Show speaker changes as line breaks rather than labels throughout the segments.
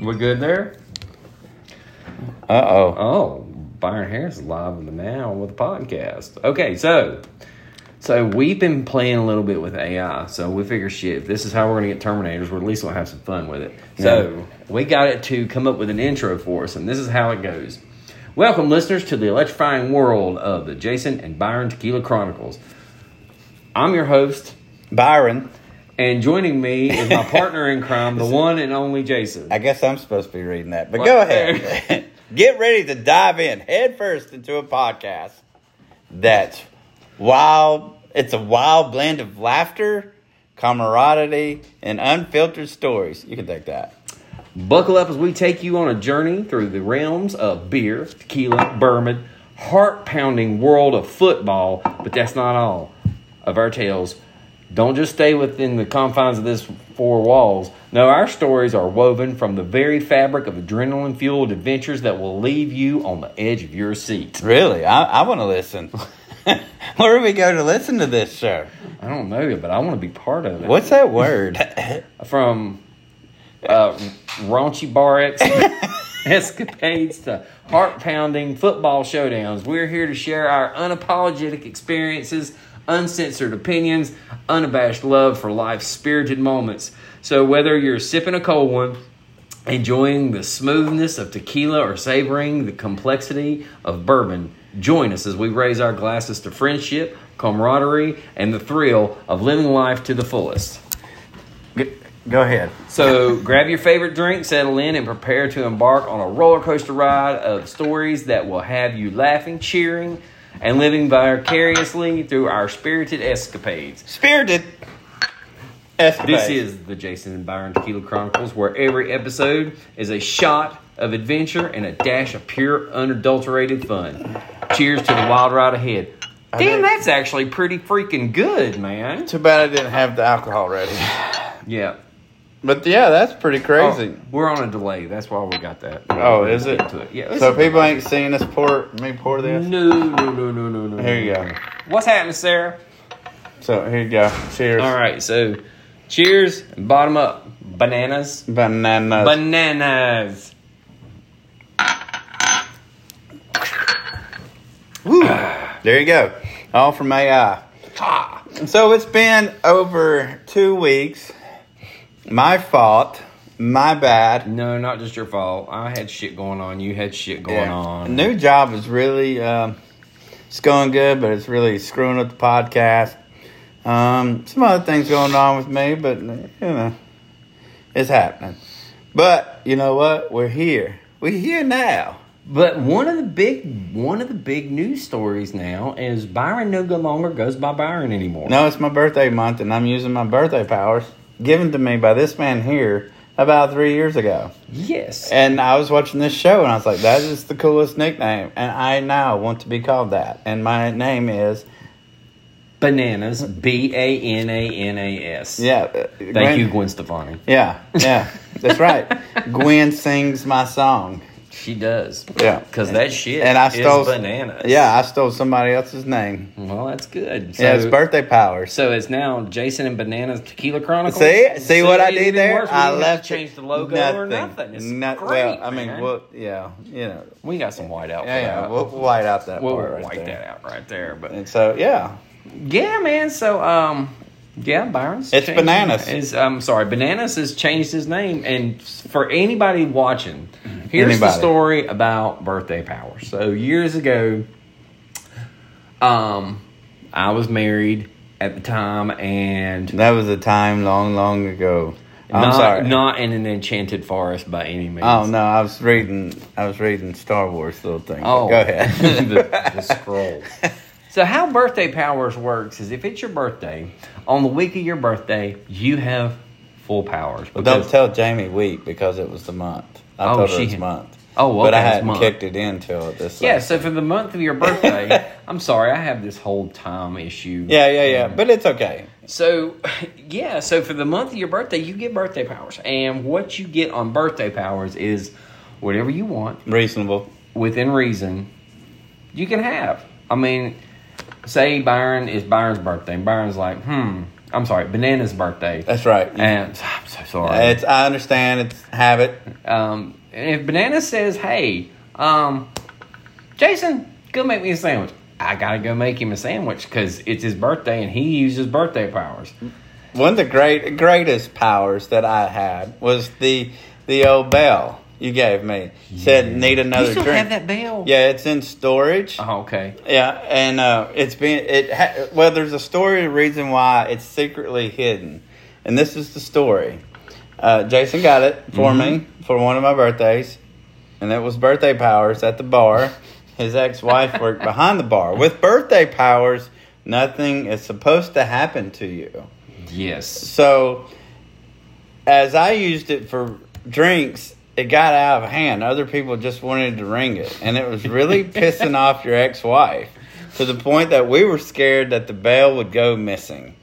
We're good there?
Uh oh.
Oh, Byron Harris is live in the now with a podcast. Okay, so so we've been playing a little bit with AI. So we figure shit, if this is how we're gonna get Terminators, we're at least gonna have some fun with it. So we got it to come up with an intro for us, and this is how it goes. Welcome listeners to the electrifying world of the Jason and Byron Tequila Chronicles. I'm your host,
Byron,
and joining me is my partner in crime, the one and only Jason.
I guess I'm supposed to be reading that, but
What?
go ahead. Get ready to dive in head first into a podcast that's wild. It's a wild blend of laughter, camaraderie, and unfiltered stories. You can take that.
Buckle up as we take you on a journey through the realms of beer, tequila, bourbon, heart pounding world of football. But that's not all of our tales. Don't just stay within the confines of this four walls. No, our stories are woven from the very fabric of adrenaline fueled adventures that will leave you on the edge of your seat.
Really, I, I want to listen. Where do we go to listen to this show?
I don't know, but I want to be part of it.
What's that word?
From uh, raunchy bar ex- escapades to heart pounding football showdowns. We're here to share our unapologetic experiences, uncensored opinions, unabashed love for life's spirited moments. So, whether you're sipping a cold one, enjoying the smoothness of tequila, or savoring the complexity of bourbon, join us as we raise our glasses to friendship, camaraderie, and the thrill of living life to the fullest.
go ahead.
So grab your favorite drink, settle in, and prepare to embark on a roller coaster ride of stories that will have you laughing, cheering, and living vicariously through our spirited escapades.
Spirited.
This
Escapades.
is the Jason and Byron Tequila Chronicles, where every episode is a shot of adventure and a dash of pure, unadulterated fun. Cheers to the wild ride ahead. Damn,
think-
that's actually pretty freaking good, man.
Too bad I didn't have the alcohol ready.
Yeah.
But yeah, that's pretty crazy.
Oh, we're on a delay. That's why we got that.
Oh, is it?
Get to it. Yeah.
so
it's-
people ain't seeing us pour me pour this.
No, no, no, no, no, no.
Here you go.
What's happening, Sarah?
So here you go. Cheers.
All right, so cheers, bottom up. Bananas.
Bananas.
Bananas.
there you go. All from AI. And so it's been over two weeks. My fault. My bad.
No, not just your fault. I had shit going on. You had shit going
Yeah.
on.
New job is really um, it's going good, but it's really screwing up the podcast. Um, some other things going on with me, but you know, it's happening. But you know what? We're here. We're here now.
But one of the big one of the big news stories now is Byron no longer goes by Byron anymore.
No, it's my birthday month, and I'm using my birthday powers given to me by this man here about three years ago.
Yes.
And I was watching this show, and I was like, "That is the coolest nickname," and I now want to be called that. And my name is
Bananas. B A N A N A S.
yeah. uh,
Thank you, Gwen Stefani.
Yeah, yeah, that's right. Gwen sings my song.
She does.
Yeah.
Because that shit
And I stole
is bananas.
Yeah, I stole somebody else's name.
Well, that's good.
yeah, it's birthday powers.
So it's now Jason and Bananas Tequila Chronicles.
See, see
So
what I
Oh, it
did
even
there?
works. We
I
didn't have
left
to change
it-
the logo or nothing. It's
Not-
great.
well, I mean,
man.
well, yeah, you know,
we got some white out.
yeah, yeah.
for that.
We'll white out that
We'll
part right
wipe
there.
that out right there. But
And so, yeah,
yeah, man. So um, yeah, Byron's.
It's
changed-
Bananas.
Is I'm sorry, Bananas has changed his name. And for anybody watching, here's the
Anybody.
story about birthday power. So years ago, um, I was married at the time and.
that was a time long, long ago. I'm
not,
sorry.
Not in an enchanted forest by any means.
Oh no, I was reading. I was reading Star Wars little thing. but
Oh,
go ahead.
the, the scroll. So, how birthday powers works is if it's your birthday, on the week of your birthday, you have full powers.
Well, don't
because-
tell Jamie week because it was the month. I
Oh,
told
she
her it's
had-
month.
Oh, well,
but I
okay, it's
hadn't
month.
kicked it in till this.
yeah, so for the month of your birthday, I'm sorry, I have this whole time issue.
yeah, yeah, yeah. But it's okay.
So, yeah, so for the month of your birthday, you get birthday powers. And what you get on birthday powers is whatever you want.
Reasonable.
within reason, you can have. I mean, say Byron is Byron's birthday. and Byron's like, hmm, I'm sorry, Banana's birthday.
That's right.
And I'm so sorry.
It's I understand it's habit.
Um, and if Banana says, "Hey, um, Jason, go make me a sandwich," I gotta go make him a sandwich because it's his birthday and he uses birthday powers.
One of the great greatest powers that I had was the the old bell you gave me. Said need another
you still
drink.
have that bell?
Yeah, it's in storage.
Oh, okay.
Yeah, and uh, it's been it. Ha- well, there's a story a reason why it's secretly hidden, and this is the story. Uh, Jason got it for me for one of my birthdays, and it was birthday powers at the bar. His ex-wife worked behind the bar with birthday powers. Nothing is supposed to happen to you.
Yes.
So, as I used it for drinks, it got out of hand. Other people just wanted to ring it, and it was really pissing off your ex-wife to the point that we were scared that the bell would go missing.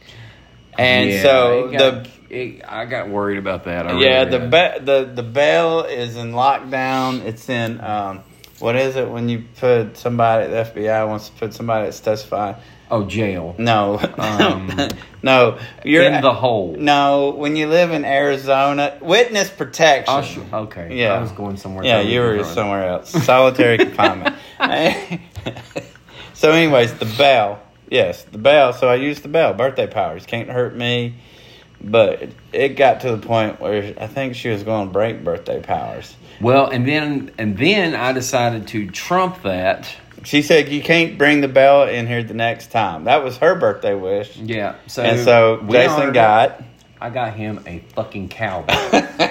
And
Yeah,
so
it
the
got- it- I got worried about that. I really
yeah the
did.
be- the the bell is in lockdown. It's in um, what is it when you put somebody? The FBI wants to put somebody that's testifying.
oh jail
No,
Um,
no, you're
in the hole.
no, when you live in Arizona, witness protection.
Oh, sure. Okay.
Yeah.
I was going somewhere.
yeah,
totally
you were
different.
somewhere else. Solitary confinement. so, anyways, the bell. Yes, the bell. So I used the bell. Birthday powers can't hurt me. But it got to the point where I think she was going to break birthday powers.
Well, and then and then I decided to trump that.
She said, "You can't bring the bell in here the next time." That was her birthday wish,
Yeah. So
and so
we honored
Jason
it.
got.
I got him a fucking cowbell.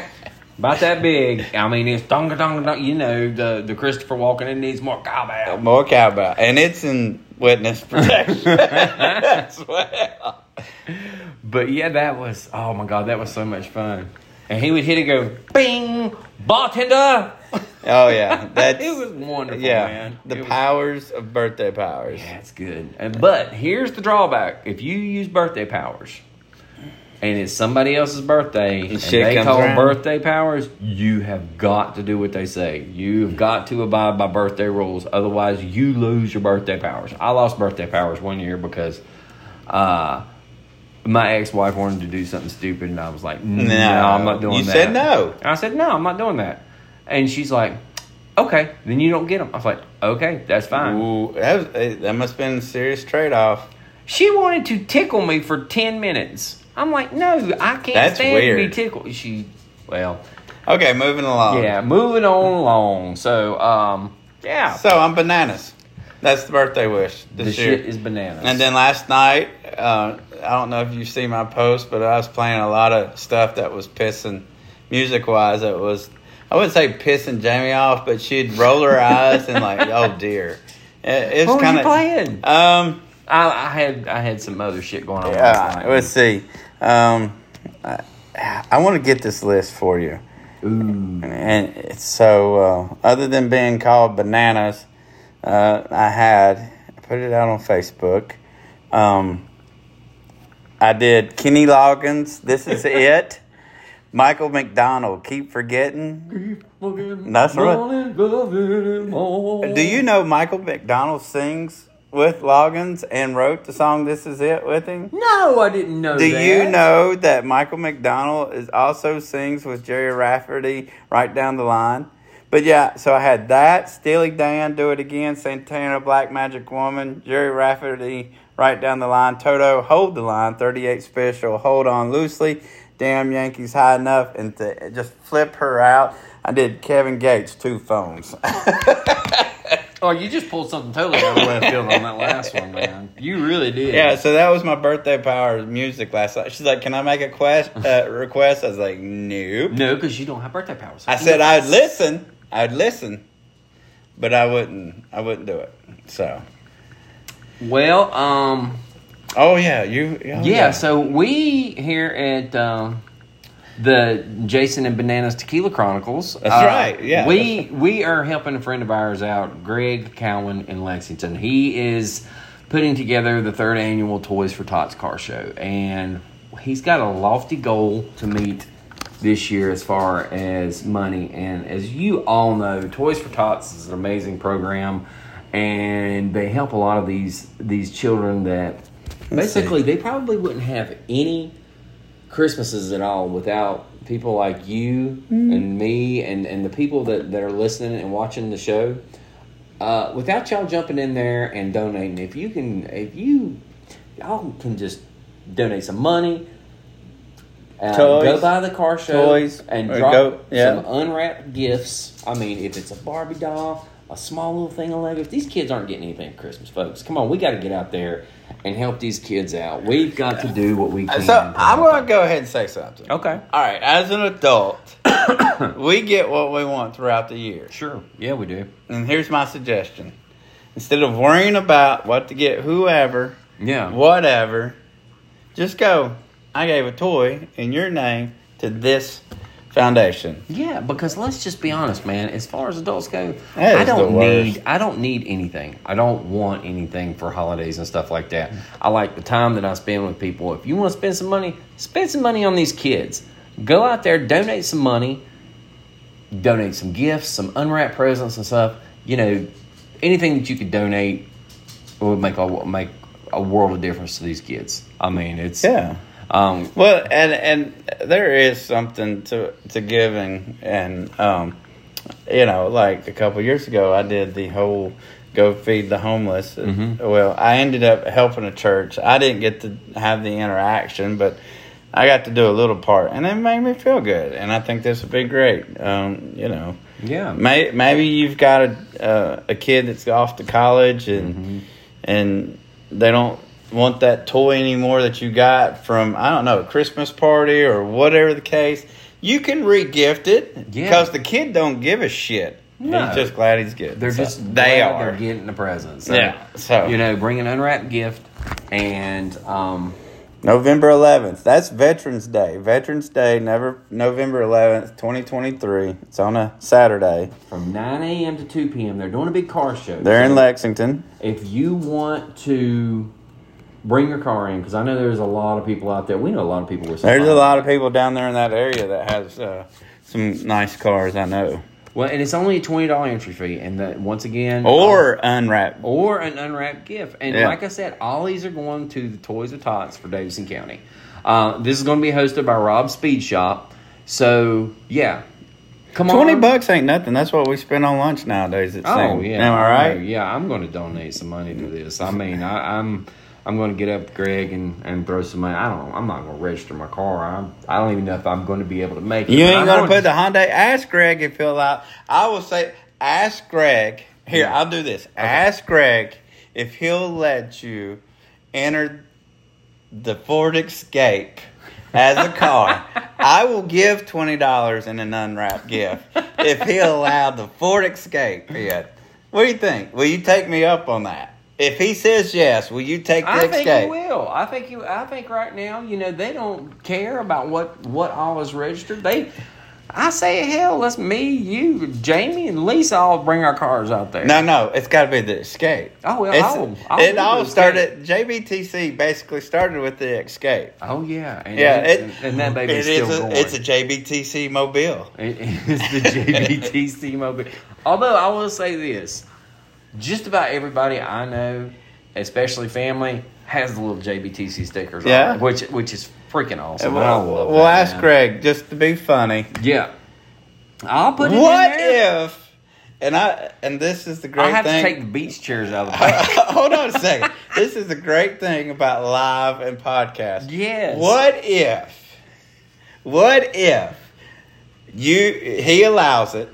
About that big. I mean, it's donga donga dong. You know, the the Christopher Walken. It needs more cowbell.
More cowbell, and it's in witness protection as well.
But yeah, that was oh my god, that was so much fun. And he would hit it, go bing, bartender.
Oh yeah, that's
it was wonderful,
yeah.
man.
The
It was-
powers of birthday powers.
That's good. And- But here's the drawback: if you use birthday powers, and it's somebody else's birthday, and
shit
they
comes
call
around.
birthday powers, you have got to do what they say. You've got to abide by birthday rules. Otherwise, you lose your birthday powers. I lost birthday powers one year because. Uh, my ex-wife wanted to do something stupid, and I was like, "No, I'm not doing
You
that."
said no.
And I said, "No, I'm not doing that." And she's like, "Okay, then you don't get them." I was like, "Okay, that's fine."
Ooh, that, was, eh, that must have been a serious trade off.
She wanted to tickle me for ten minutes. I'm like, no, I can't
That's
stand to be
weird. Um,
tickled. She, well,
Okay, moving along.
yeah. Moving on along. So, um, yeah,
So I'm bananas. That's the birthday wish
the
this year.
shit is bananas.
and then last night, uh, I don't know if you see my post, but I was playing a lot of stuff that was pissing, music wise. It was I wouldn't say pissing Jamie off, but she'd roll her eyes and like, oh dear. It, it's
what were
kind
you
of
playing?
Um.
I, I had I had some other shit going on. last
Yeah,
night.
let's see. Um, I, I want to get this list for you.
Ooh.
And it's so, uh, other than being called bananas, uh, I had I put it out on Facebook. Um, I did Kenny Loggins. This is it. Michael McDonald. Keep forgetting. That's right.
Do
Do you know Michael McDonald sings with Loggins and wrote the song "This Is It" with him?
No, I didn't know.
Do
that.
you know that Michael McDonald is also sings with Jerry Rafferty right down the line? But yeah, so I had that Steely Dan, Do It Again, Santana, Black Magic Woman, Jerry Rafferty, right down the line, Toto, Hold the Line, Thirty Eight Special, Hold On Loosely, Damn Yankees High Enough, and to just flip her out. I did Kevin Gates two phones.
Oh, you just pulled something totally out of left field on that last one, man. You really did.
Yeah, so that was my birthday power music last night. She's like, "Can I make a quest uh, request?" I was like, "Nope."
No, because you don't have birthday powers.
I said I'd listen. I'd listen, but I wouldn't. I wouldn't do it. So,
Well, um,
oh yeah, you. oh,
yeah. So we here at um, the Jason and Bananas Tequila Chronicles. Uh,
That's right, yeah.
We we are helping a friend of ours out, Greg Cowan in Lexington. He is putting together the third annual Toys for Tots car show, and he's got a lofty goal to meet this year as far as money. And as you all know, Toys for Tots is an amazing program, and they help a lot of these these children that
Let's see.
Basically, they probably wouldn't have any Christmases at all without people like you and me and, and the people that, that are listening and watching the show. Uh, without y'all jumping in there and donating, if you can, if you y'all can just donate some money, uh, go
Toys.
buy the car show
Toys.
and
Or
drop
go- yeah.
some unwrapped gifts. I mean, if it's a Barbie doll, a small little thing of Legos, these kids aren't getting anything for Christmas, folks. Come on, we got to get out there and help these kids out. We've got to do what we can.
Uh, So I'm gonna go ahead and say something.
okay,
All right, as an adult, we get what we want throughout the year.
sure, yeah, we do.
And here's my suggestion: instead of worrying about what to get, whoever,
Yeah,
whatever, just go. I gave a toy in your name to this foundation.
Yeah, because let's just be honest, man. As far as adults go,
That
I
is the
don't
worst.
need I don't need anything. I don't want anything for holidays and stuff like that. I like the time that I spend with people. If you want to spend some money, spend some money on these kids. Go out there, donate some money, donate some gifts, some unwrapped presents and stuff. You know, anything that you could donate would make a make a world of difference to these kids. I mean, it's
Yeah.
Um,
Well, and and there is something to to giving, and um, you know, like a couple years ago, I did the whole go feed the homeless. Well, I ended up helping a church. I didn't get to have the interaction, but I got to do a little part, and it made me feel good. And I think this would be great. Um, you know,
yeah.
May, maybe you've got a uh, a kid that's off to college and
Mm-hmm.
and they don't want that toy anymore that you got from I don't know a Christmas party or whatever the case. You can re-gift it
Yeah.
because the kid don't give a shit.
No.
He's just glad he's good.
They're
So,
just
they
glad
are.
they're getting the presents. So,
Yeah, so-
you know, bring an unwrapped gift, and um,
November 11th. That's Veterans Day. Veterans Day, never November 11th, 2023. It's on a Saturday.
from nine a.m. to two p.m. they're doing a big car show.
They're in
So
Lexington.
If you want to bring your car in, because I know there's a lot of people out there. We know a lot of people. With some
There's a
fun-
lot of people down there in that area that has uh, some nice cars, I know.
Well, and it's only a twenty dollar entry fee, and that once again, um,
Or unwrapped.
or an unwrapped gift. And
Yeah.
like I said, all these are going to the Toys of Tots for Davidson County. Uh, this is going to be hosted by Rob Speed Shop. So yeah, come on.
20 bucks ain't nothing. That's what we spend on lunch nowadays. It
Oh
seems.
yeah,
Am I
Oh,
right?
yeah, I'm going to donate some money to this. I mean, I, I'm I'm going to get up, Greg, and, and throw some money. I don't. I'm not going to register my car. I'm, I don't even know if I'm going to be able to make it.
You
but
ain't
I'm
going to put the Hyundai. Ask Greg if he'll out. I will say, ask Greg. Here, I'll do this. Ask Greg if he'll let you enter the Ford Escape as a car. I will give $20 in an unwrapped gift if he'll allow the Ford Escape in. What do you think? Will you take me up on that? If he says yes, will you take the
I think
Escape?
you will. I think you. I think right now, you know, they don't care about what what all is registered. They, I say, hell, let's me, you, Jamie, and Lisa all bring our cars out there.
No, no, it's got to be the escape.
Oh, well,
It's-
I'll- I'll do
it
the
all
escape.
started. JBTC basically started with the escape.
Oh yeah, and,
Yeah,
and,
it,
and that baby's
it is
still
a,
going.
It's a JBTC mobile.
It- It's the JBTC mobile. Although I will say this, just about everybody I know, especially family, has the little JBTC stickers.
Yeah.
on it, which which is freaking awesome. I
Well,
love
we'll
that,
ask
man.
Greg just to be funny.
Yeah, I'll put it
What
in there.
if? And I and this is the great
I have
thing.
to take the beach chairs out of the back.
Hold on a second. This is the great thing about live and podcast.
Yes.
What if? What if you he allows it?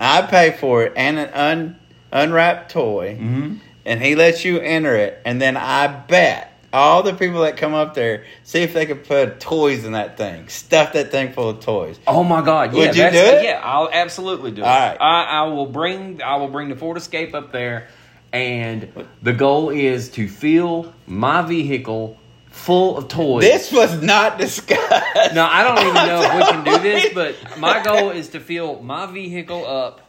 I pay for it and an un, unwrapped toy,
Mm-hmm.
and he lets you enter it, and then I bet. All the people that come up there, see if they can put toys in that thing. Stuff that thing full of toys.
Oh my God! Yeah,
Would you
that's-
do it?
Yeah, I'll absolutely do it.
All right.
I, I will bring I will bring the Ford Escape up there, and the goal is to fill my vehicle full of toys.
This was not discussed.
No, I don't even know if we can do this, but my goal is to fill my vehicle up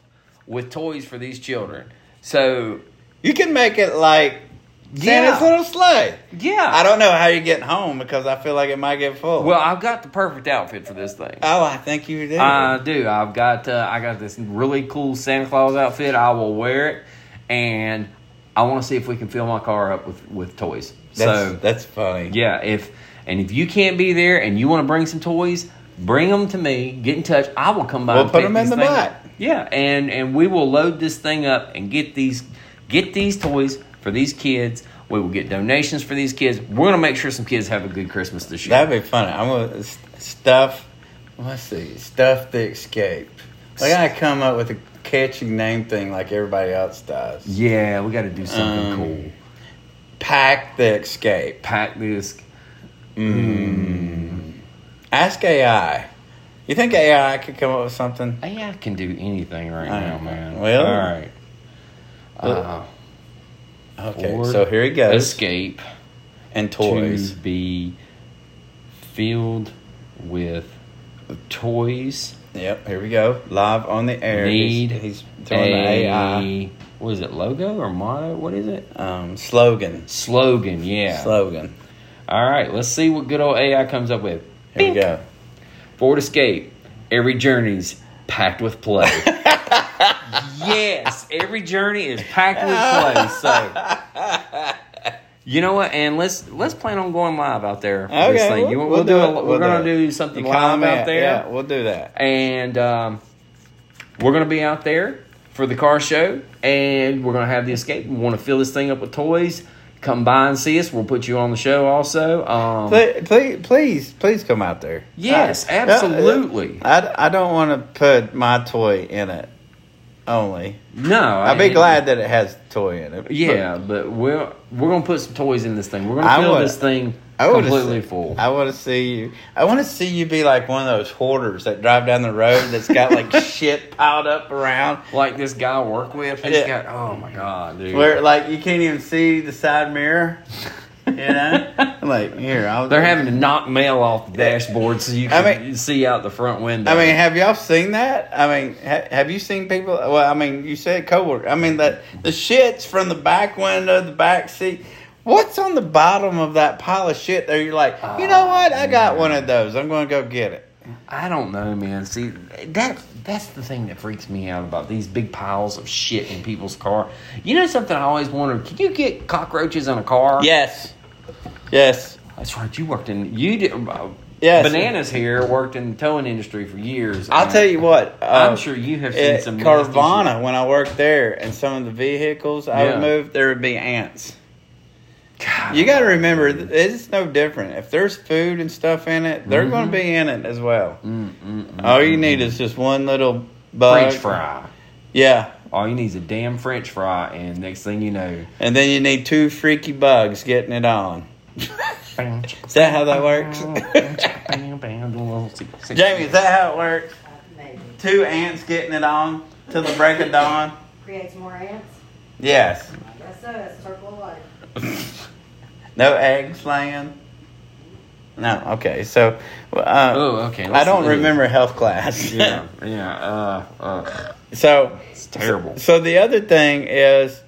with toys for these children. So,
You can make it like
Yeah.
Santa's little sleigh.
yeah.
I don't know how you get home because I feel like it might get full.
well, I've got the perfect outfit for this thing.
oh, I think you did.
I do. I've got uh, I got this really cool Santa Claus outfit. I will wear it, and I want to see if we can fill my car up with with toys.
That's,
so
that's funny.
yeah, if and if you can't be there and you want to bring some toys, bring them to me. Get in touch. I will come by.
We'll
and
put
pick
'em in
this
the
thing
back.
up. Yeah, and and we will load this thing up and get these get these toys for these kids. We will get donations for these kids. We're gonna make sure some kids have a good Christmas this year.
That'd be funny. I'm gonna s- stuff. Let's see, stuff the escape. I gotta come up with a catchy name thing like everybody else does.
yeah, we got to do something
Um,
cool.
Pack the escape.
Pack this.
Ask AI. You think AI could come up with something?
AI can do anything right
I
now,
know.
man.
Well-
all right. Uh,
Okay,
Ford
so here he goes.
escape
and toys.
to be filled with toys.
Yep, here we go. Live on the air.
Need
he's, he's doing the AI
What is it? Logo or motto? What is it?
um, slogan.
Slogan. Yeah.
Slogan.
all right. Let's see what good old AI comes up with.
Here we go.
Ford Escape. Every journey's packed with play. yes, every journey is packed with play. So, you know what? And let's let's plan on going live out there. For this thing. You- we'll, do. a,
it.
we're
We'll
gonna
it.
do something
You
live
comment,
out there,
Yeah, we'll do that.
and um, we're gonna be out there for the car show, and we're gonna have the escape. We want to fill this thing up with toys. Come by and see us. We'll put you on the show also. Um,
Please, please, please, please come out there.
Yes,
I-
absolutely.
I, I don't want to put my toy in it only.
no,
I'd be
I-
glad that it has toy in it.
Yeah, but we're we're gonna put some toys in this thing. We're
I
gonna fill
would-
this thing
I wanna
completely
see-
full.
I want to see you. I want to see you be like one of those hoarders that drive down the road that's got like shit piled up around
like this guy I work with, he's
Yeah.
got oh my god, dude.
where like you can't even see the side mirror. You know, I'm like here, I'll,
They're having to knock mail off the dashboard so you
I
can
mean-
see out the front window.
I mean, have y'all seen that? I mean, ha- have you seen people? Well, I mean, you said coworker. I mean, that the shits from the back window, the back seat. What's on the bottom of that pile of shit? There, you're like, you
Ah,
know what? I got one of those. I'm going to go get it.
I don't know, man. See, that that's the thing that freaks me out about these big piles of shit in people's car. You know something I always wondered? Can you get cockroaches in a car?
Yes, yes.
that's right. You worked in you did. Uh,
Yes.
bananas here worked in the towing industry for years.
I'll
and
tell you what.
I'm
uh,
sure you have seen
at
some nasty shit.
Carvana when I worked there, and some of the vehicles I
Yeah.
would move, there would be ants.
God.
You got to remember, th- it's no different. If there's food and stuff in it, they're going to be in it as well.
Mm, mm, mm.
All you need is just one little bug.
French fry.
Yeah.
All you need is a damn French fry, and next thing you know,
And then you need two freaky bugs getting it on. Is that how that works?
Oh,
Jamie, is that how it works?
Uh, Maybe.
Two ants getting it on till the break of dawn?
Creates more ants.
Yes.
I guess so. That's circle of life.
No eggs laying? No. Okay. So, uh,
Oh, okay.
I don't
Listen, it is-
remember health class.
Yeah, yeah. Uh, uh,
so,
it's terrible.
so the other thing is,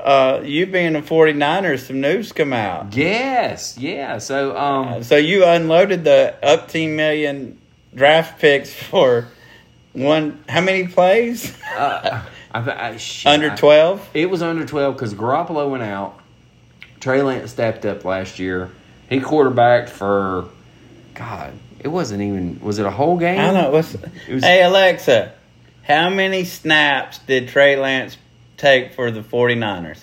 uh, you being a 49ers, some news come out.
Yes, yeah. So, um,
So you unloaded the up team million draft picks for one how many plays?
uh, I, th- I, shit,
Under
I-
twelve?
It was under twelve because Garoppolo went out. Trey Lance stepped up last year. He quarterbacked for, God, it wasn't even. Was it a whole game?
I don't know. What's
was-
hey Alexa, how many snaps did Trey Lance take for the 49ers?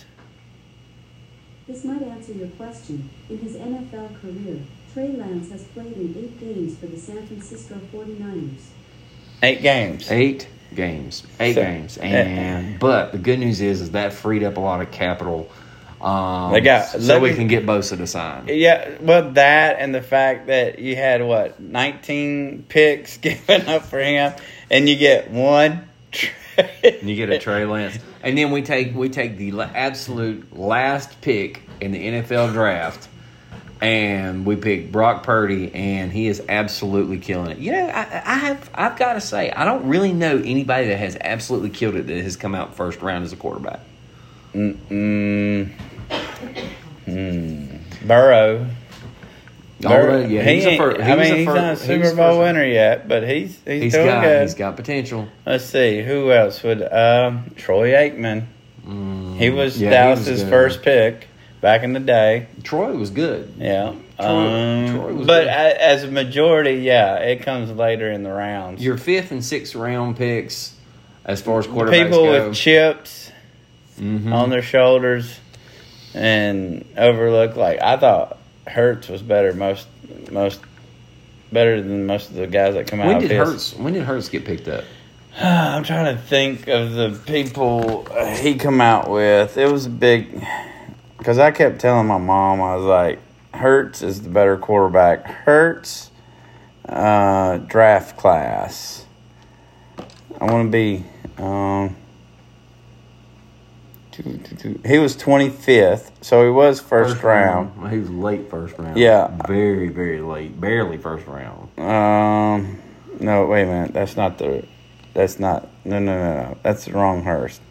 This might answer your question. In his NFL career, Trey Lance has played in eight games for the San Francisco 49ers.
Eight games.
Eight games. Eight
So- eh,
games. And but the good news is is that freed up a lot of capital. Um,
They got-
so we
let me-
can get Bosa to sign.
Yeah, well, that and the fact that you had what nineteen picks given up for him, and you get one. Trey-
And you get a Trey Lance, and then we take we take the la- absolute last pick in the NFL draft, and we pick Brock Purdy, and he is absolutely killing it. You know, I, I have I've got to say I don't really know anybody that has absolutely killed it that has come out first round as a quarterback.
Mm. Mm. Burrow.
Although, yeah,
he
he was a
ain't-
fir- he
I
was
mean,
a
he's
fir-
not a
he was
Super
a
Bowl
first-
winner yet, but he's he's,
He's
doing
got
good.
he's got potential.
Let's see who else would um, Troy Aikman. He was
Mm, Yeah, he
Dallas's
was good.
first pick back in the day.
Troy was good.
Yeah.
Troy-
um,
Troy was
but
good.
a- as a majority, yeah, it comes later in the rounds.
Your fifth and sixth round picks, as far as quarterbacks
People
go,
with chips
Mhm.
on their shoulders and overlook like I thought Hertz was better most most better than most of the guys that come out.
when
of
did
his-
Hurts? When did Hurts get picked up?
I'm trying to think of the people he come out with. It was a big because I kept telling my mom I was like, Hertz is the better quarterback. Hertz uh, draft class. I want to be. Um, doo- doo- doo. he was 25th, so he was first, round.
Well, He was late first round.
Yeah.
Very, very late. Barely first round.
Um, no, wait a minute. That's not the. That's not. No, no, no, no. That's the wrong Hurst.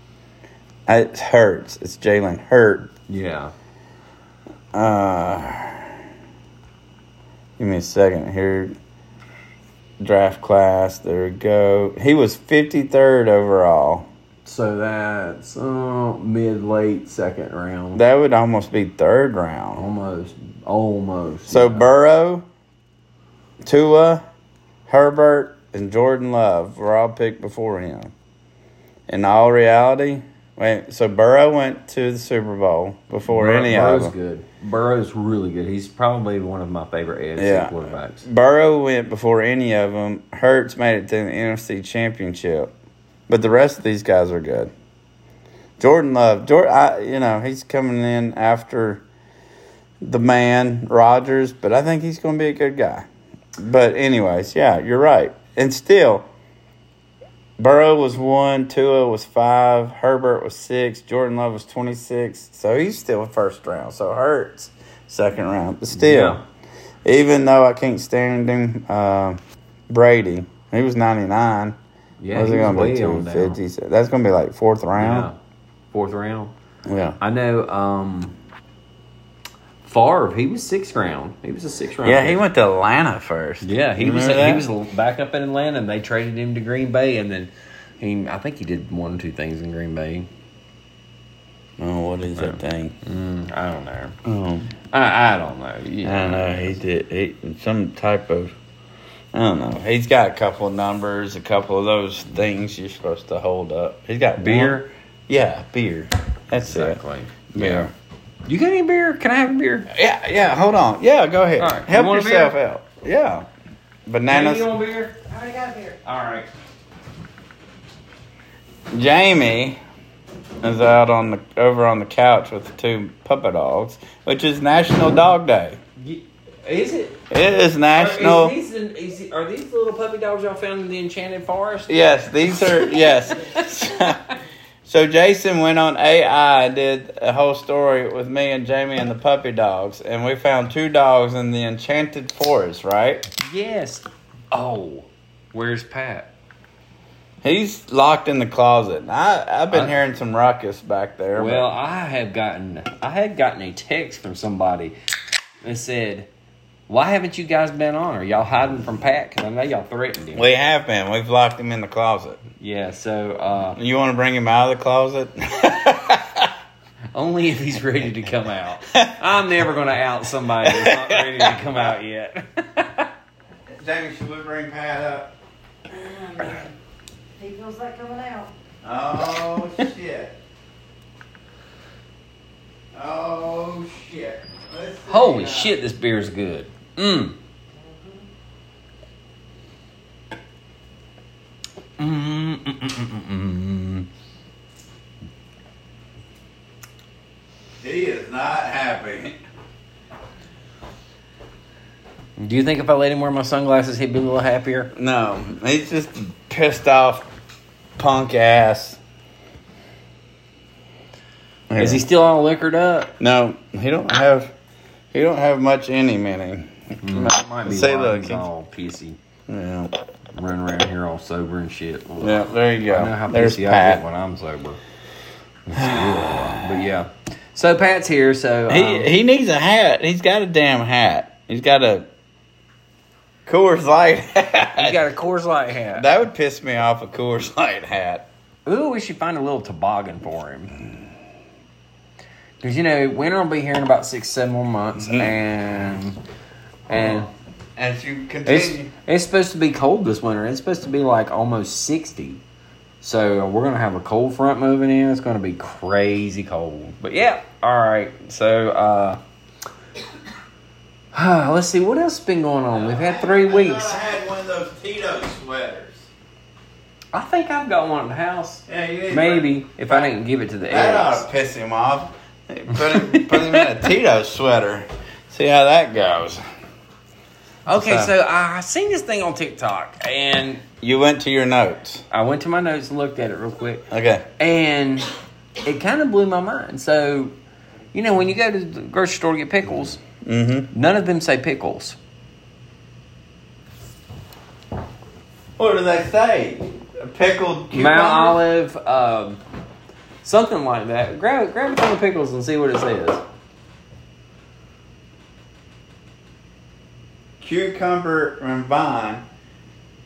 It's Hurts. It's Jalen Hurt.
Yeah.
Uh, give me a second here. Draft class. There we go. He was fifty third overall.
So that's uh, mid late second round.
That would almost be third round.
almost. Almost.
So
yeah.
Burrow, Tua, Herbert, and Jordan Love were all picked before him. In all reality, wait, so Burrow went to the Super Bowl before
Bur-
any
Burrow's
of them.
good. Burrow's really good. He's probably one of my favorite AFC
Yeah.
quarterbacks.
Burrow went before any of them. Hertz made it to the NFC Championship, but the rest of these guys are good. Jordan Love, Jordan, I, you know, he's coming in after the man Rogers, but I think he's going to be a good guy. But anyways, yeah, you're right. And still, Burrow was one, Tua was five, Herbert was six, Jordan Love was twenty six. So he's still first round. So Hurts second round, but still.
Yeah.
Even though I can't stand him, uh, Brady, he was 99.
Yeah,
What's
he
it
was
gonna
way
be
on down.
250? So that's going to be like fourth
Yeah.
round.
Fourth round.
Yeah.
I know um Favre, he was sixth round. He was a sixth round.
Yeah,
pick.
he went to Atlanta first.
Yeah, he
You
was
remember
he
that?
was back up in Atlanta, and they traded him to Green Bay, and then he I think he did one or two things in Green Bay.
Oh, what is that thing?
Mm, I don't know.
Oh,
I, I don't know.
I
You-
don't know. He did he, some type of. I don't know. He's got a couple of numbers, a couple of those things you're supposed to hold up. He's got
beer.
one- Yeah, beer. That's
Exactly.
it. Yeah.
You got any beer? Can I have a beer?
Yeah, yeah. Hold on. Yeah, go ahead.
All right.
Help
You want a
yourself
beer?
out. Yeah.
Jamie,
Bananas.
you want beer?
I already got a beer.
All right.
Jamie is out on the over on the couch with the two puppy dogs, which is National Dog Day.
You- Is it?
It is
Are,
National.
is these, is, are these little puppy dogs y'all found in the Enchanted Forest?
Yes, these are yes. so Jason went on AI and did a whole story with me and Jamie and the puppy dogs, and we found two dogs in the Enchanted Forest. Right?
Yes. Oh, where's Pat?
He's locked in the closet. And I I've been
I-
hearing some ruckus back there. but-
Well, I have gotten I had gotten a text from somebody that said, "Why haven't you guys been on? Are y'all hiding from Pat? Because I know y'all threatened him."
we have been. We've locked him in the closet.
Yeah. So uh,
You want to bring him out of the closet?
only if he's ready to come out. I'm never going to out somebody that's not ready to come out yet.
Jamie, should we bring Pat up?
Um, He feels like coming out.
Oh shit. Oh shit. Let's see,
Holy
uh,
shit! This beer's good. Mm. Mm, mm, mm, mm, mm, mm.
He is not happy.
Do you think if I let him wear my sunglasses, he'd be a little happier?
No, he's just pissed off punk ass.
Is he still all liquored up?
No, he don't have he don't have much in him in him.
Might, Mm, might be
Mm. Say
why
look,
he's
he's-
all pissy,
Yeah.
running around here all sober and shit. Ugh.
yeah, there you
I know how
go. There's
pissy I get
Pat.
when I'm sober. It's real a lot. But yeah, so Pat's here. So um,
He he needs a hat. He's got a damn hat. He's got a Coors Light hat.
he's got a Coors Light hat.
That would piss me off a Coors Light hat.
Ooh, we should find a little toboggan for him. Because you know, winter will be here in about six, seven more months,
Mhm.
and and
As you
it's
continue.
it's supposed to be cold this winter. It's supposed to be like almost sixty. So we're gonna have a cold front moving in. It's gonna be crazy cold. But yeah, all right. So uh, let's see what else has been going on. We've had three weeks.
I had one of those Tito sweaters.
I think I've got one in the house.
Yeah, you didn't-
Maybe if I didn't give it to the
That ought
eggs.
to piss him off. Put him, put him in a Tito sweater. See how that goes.
Okay,
So-
so I seen this thing on TikTok, and
You went to your notes.
I went to my notes and looked at it real quick.
Okay.
and it kind of blew my mind. So, you know, when you go to the grocery store to get pickles,
Mm-hmm.
none of them say pickles.
What do they say? A pickled cucumber?
Mount Olive, um, something like that. Grab grab a thing of pickles and see what it says.
Cucumber and vine.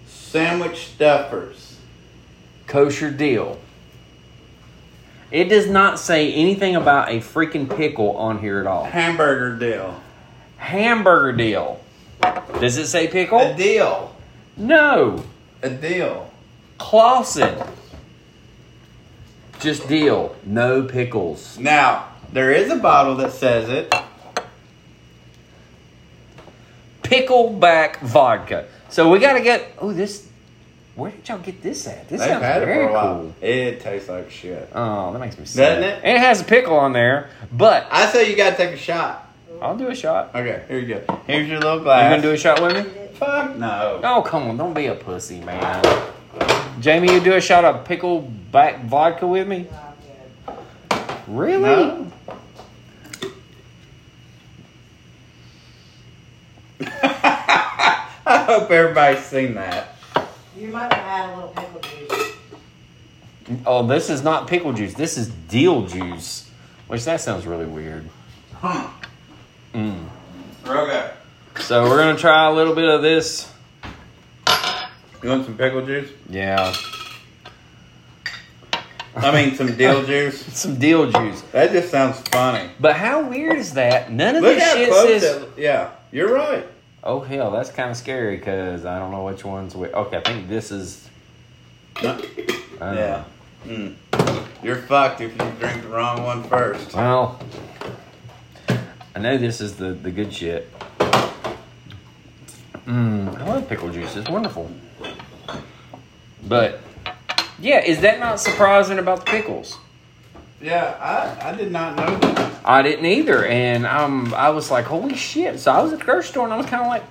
Sandwich stuffers.
Kosher deal. It does not say anything about a freaking pickle on here at all.
Hamburger deal.
Hamburger deal. Does it say
A
pickle?
deal.
No.
A deal.
Clausen. Just deal. No pickles.
Now, there is a bottle that says it.
pickleback vodka. So we gotta get. Oh, this. Where did y'all get this at? This
They've
sounds
had it
very
for a while.
cool.
It tastes like shit.
Oh, that makes me sick.
Doesn't it?
And it has a pickle on there, but
I say you gotta take a shot.
I'll do a shot.
Okay, here you go. Here's your little
You
glass.
gonna do a shot with me?
Fuck no.
Oh, come on! Don't be a pussy, man. Jamie, you do a shot of pickleback vodka with me?
I'm good.
Really?
No. I hope everybody's seen that.
You might have had a little pickle juice.
Oh, this is not pickle juice. This is deal juice. Which that sounds really weird.
Hmm.
Mm.
Okay.
So we're gonna try a little bit of this.
You want some pickle juice?
Yeah,
I mean, some dill juice.
some deal juice.
That just sounds funny.
But how weird is that? None of
Look
this
how
shit
close
says.
that. Yeah, you're right.
Oh hell, that's kind of scary because I don't know which one's which. Okay, I think this is.
No-
I don't
yeah.
know.
Mm. You're fucked if you drink the wrong one first.
Well, I know this is the the good shit. Mmm, I love pickle juice. It's wonderful. But yeah, is that not surprising about the pickles?
Yeah, I, I did not know that.
I didn't either, and um, I was like, holy shit. So I was at the grocery store and I was kind of like,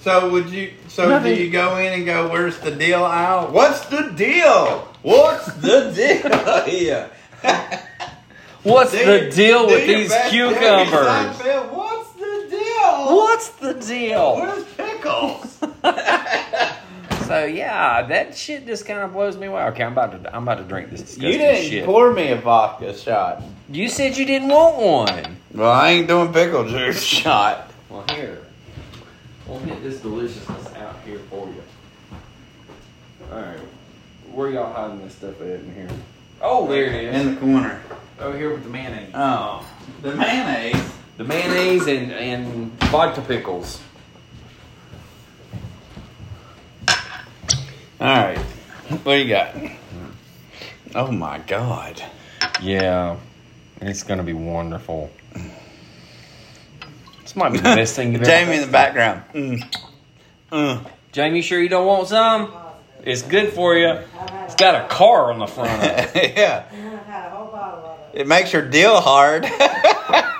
So would you? So
Nothing.
do you go in and go? Where's the deal aisle? What's the deal? What's the deal here?
what's
Do
the
your-
deal
do
with
your
these
best Jerry
cucumbers?
Seinfeld. What's the deal?
What's the deal?
Where's pickles?
So yeah, that shit just kind of blows me away. Okay, I'm about to I'm about to drink this disgusting
you didn't
shit.
pour me a vodka shot.
you said you didn't want one.
Well, I ain't doing pickle juice shot.
Well, here, we'll get this deliciousness out here for you. All right, where y'all hiding this stuff at in here? Oh, there it is.
In the corner.
Over here with the mayonnaise,
Oh, the mayonnaise.
the mayonnaise and and vodka pickles.
All right, what do you got? Oh my God.
Yeah, it's gonna be wonderful. This might be the best thing you've ever
Jamie in the background. Mm. Mm.
Jamie, you sure you don't want some?
Positive.
It's good for you.
I've had
It's got a car on the front of it.
yeah,
I've had a whole bottle of it.
it makes your deal hard.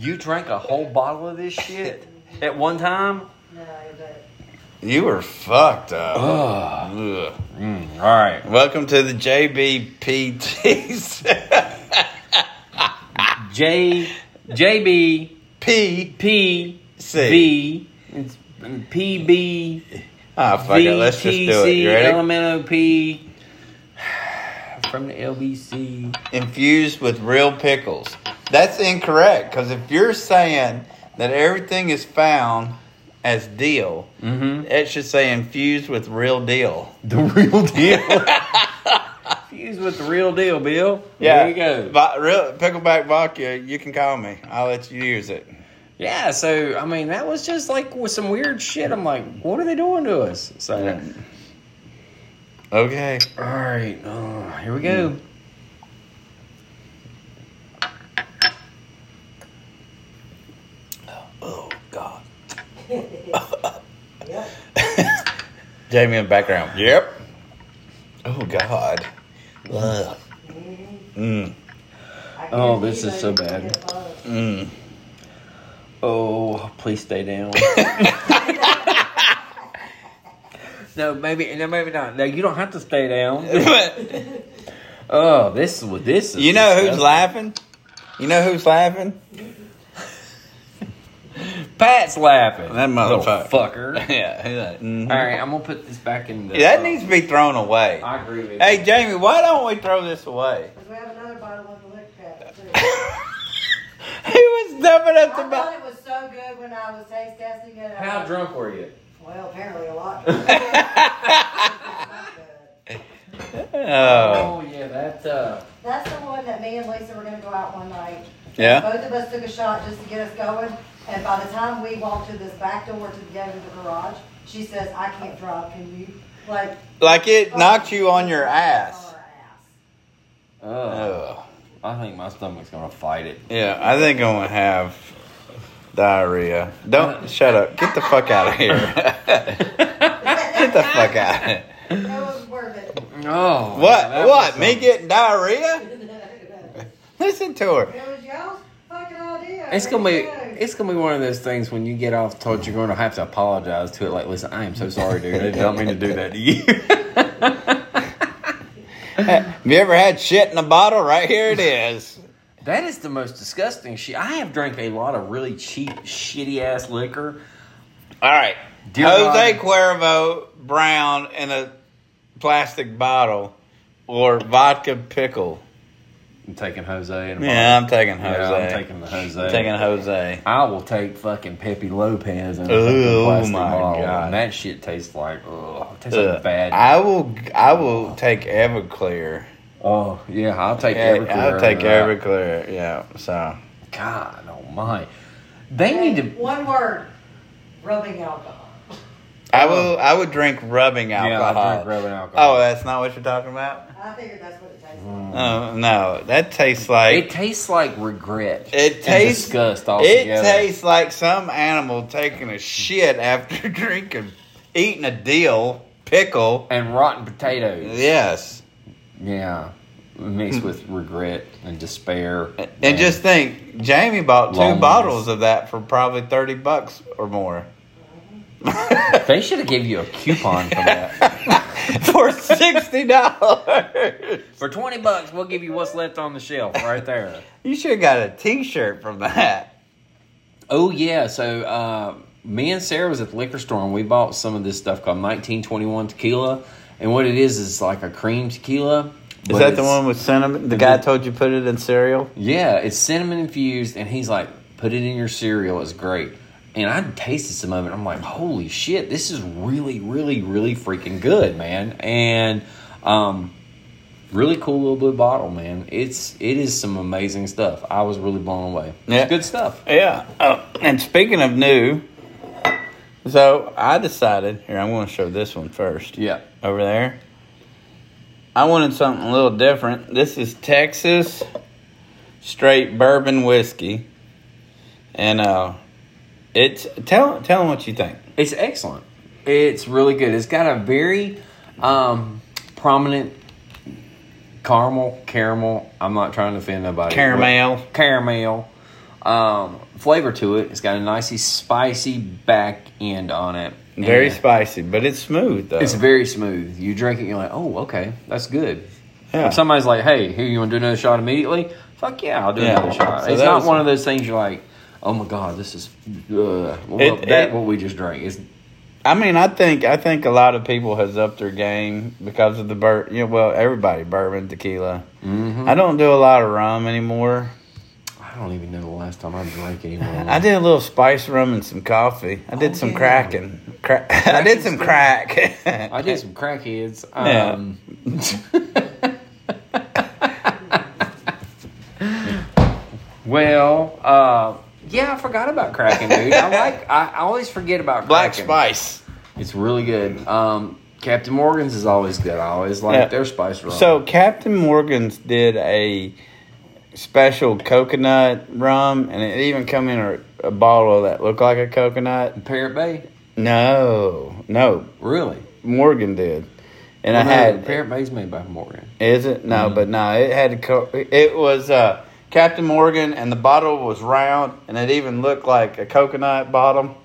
You drank a whole bottle of this shit at one time?
No, but
you were fucked up.
Ugh.
Ugh.
Mm, all right.
Welcome to the JBPTs.
J J B
P.
P
C.
V it's P B
Ah, fuck it.
V
Let's just
T
do it.
C
You ready?
Elemento P from the LBC.
Infused with real pickles. That's incorrect because if you're saying that everything is found as deal,
Mm-hmm.
it should say infused with real deal.
The real deal. Fused He's with the real deal, Bill.
Yeah,
There you go.
Va- real, pickleback vodka. You can call me. I'll let you use it.
Yeah, so I mean that was just like with some weird shit. I'm like, what are they doing to us? So
Yeah. Okay.
all right, oh, here we go.
Hmm. Oh God.
Yep.
Jamie in the background. Yep. Oh God. Ugh. Mm.
Mm-hmm. I
Oh,
guarantee
this is
they
so
can
bad.
get a bottle.
Mm.
Oh, please stay down. no, maybe no, maybe not. No, you don't have to stay down. Oh, this is what this is.
you know who's
disgusting.
laughing? You know who's laughing?
Pat's laughing.
That motherfucker.
Little fucker.
yeah. he's like, mhm.
All right, I'm gonna put this back in. The, uh,
That needs to be thrown away.
I agree with
Hey Jamie, why don't we throw this away?
'Cause we have another bottle on the liquor cabinet, too.
He was dumping
I
at the
thought
back.
it was so good when I was taste testing it.
you.
I
How
was-
drunk were you?
Well, apparently a lot. That's
Oh.
yeah, that. Uh,
the one that me and Lisa were gonna go out one night.
Yeah.
Both of us took a shot just to get us going, and by the time we walked through this back door to get into the garage, she says, I can't drive, can you? Like.
Like it knocked you on your ass.
On our ass.
oh,
Oh.
I think my stomach's gonna fight it.
Yeah, I think I'm gonna have diarrhea. Don't shut up. Get the fuck out of here. Get the fuck out. of here.
It was worth it.
Oh,
What?
that was
what?
some-
Me getting diarrhea?
It
Listen to her.
was y'all's fucking idea.
It's gonna be
There you go.
it's gonna be one of those things when you get off told you're gonna have to apologize to it. Like, listen, I am so sorry, dude. I did not mean to do that to you.
Have you ever had shit in a bottle? Right here it is.
that is the most disgusting shit. I have drank a lot of really cheap, shitty ass liquor.
All right.
Dear
Jose
God.
Cuervo brown in a plastic bottle or vodka pickle.
I'm taking Jose and
Yeah, I'm taking Jose.
Yeah, I'm taking the Jose.
I'm taking Jose.
I will take fucking Pepe Lopez and
Oh,
plastic
my
bottle.
God.
And that shit tastes like oh, tastes
Ugh.
like bad.
I will. I will take Everclear.
oh yeah, I'll take
Yeah,
Everclear
I'll take
over that.
Everclear. Yeah. So
God, oh my. They need to
One word rubbing alcohol.
I will. I would drink rubbing alcohol.
Oh. Yeah, I drink rubbing alcohol.
Oh, that's not what you're talking about.
I figured that's what it tastes like.
Oh no, that tastes like
It tastes like regret.
It
and
tastes
disgust
It
altogether.
tastes like some animal taking a shit after drinking, eating a deal pickle.
and rotten potatoes.
Yes,
Yeah, mixed with regret and despair.
and just think, Jamie bought two
Loneliness.
bottles of that for probably thirty bucks or more.
they should have give you a coupon for that.
for sixty dollars.
for twenty bucks, we'll give you what's left on the shelf right there.
You should have got a T-shirt from that.
Oh yeah, so uh, me and Sarah was at the liquor store and we bought some of this stuff called 1921 tequila, and what it is is like a cream tequila.
Is
but
that the
it's-
one with cinnamon? The guy told you put it in cereal.
Yeah, it's cinnamon infused, and he's like, "Put it in your cereal. It's great." And I tasted some of it. I'm like, "Holy shit, this is really, really, really freaking good, man!" And um, really cool little blue bottle, man. It's it is some amazing stuff. I was really blown away.
Yeah.
It's good stuff.
Yeah. Oh, and speaking of new, so I decided here I'm going to show this one first.
Yeah.
Over there. I wanted something a little different. This is Texas straight bourbon whiskey, and uh, it's tell tell them what you think.
It's excellent. It's really good. It's got a very um, prominent caramel, caramel. I'm not trying to offend nobody.
Caramel.
caramel um, flavor to it. It's got a nicey spicy back end on it.
Very
And
spicy, but it's smooth though.
It's very smooth. You drink it, you're like, oh, okay, that's good.
Yeah.
If somebody's like, hey, here, you want to do another shot immediately? Fuck yeah, I'll do
Yeah.
another shot.
So
it's
that
not
was-
one of those things you're like, oh my god, this is uh, well,
It-
that
it-
what we just drank. It's
I mean, I think I think a lot of people has upped their game because of the bur. You know, well, everybody bourbon, tequila. I don't do a lot of rum anymore.
mm-hmm. I don't even know the last time I drank any more.
I did a little spice rum and some coffee. I did
Oh,
some
yeah.
cracking. Cra- I did some crack.
um, I did some crackheads.
Yeah.
Um, Well, uh, yeah, I forgot about Kraken, dude. I like. I, I always forget about
Black
Kraken.
Spice.
It's really good. Um, Captain Morgan's is always good. I always like
Yeah.
their spice rum.
So Captain Morgan's did a special coconut rum, and it even come in a, a bottle that looked like a coconut.
Parrot Bay,
No, no,
really?
Morgan did, and
Well,
I
no,
had.
Parrot Bay's made by Morgan.
Is it no?
Mm-hmm.
But no, it had. a Co- it was uh, Captain Morgan, and the bottle was round, and it even looked like a coconut bottom.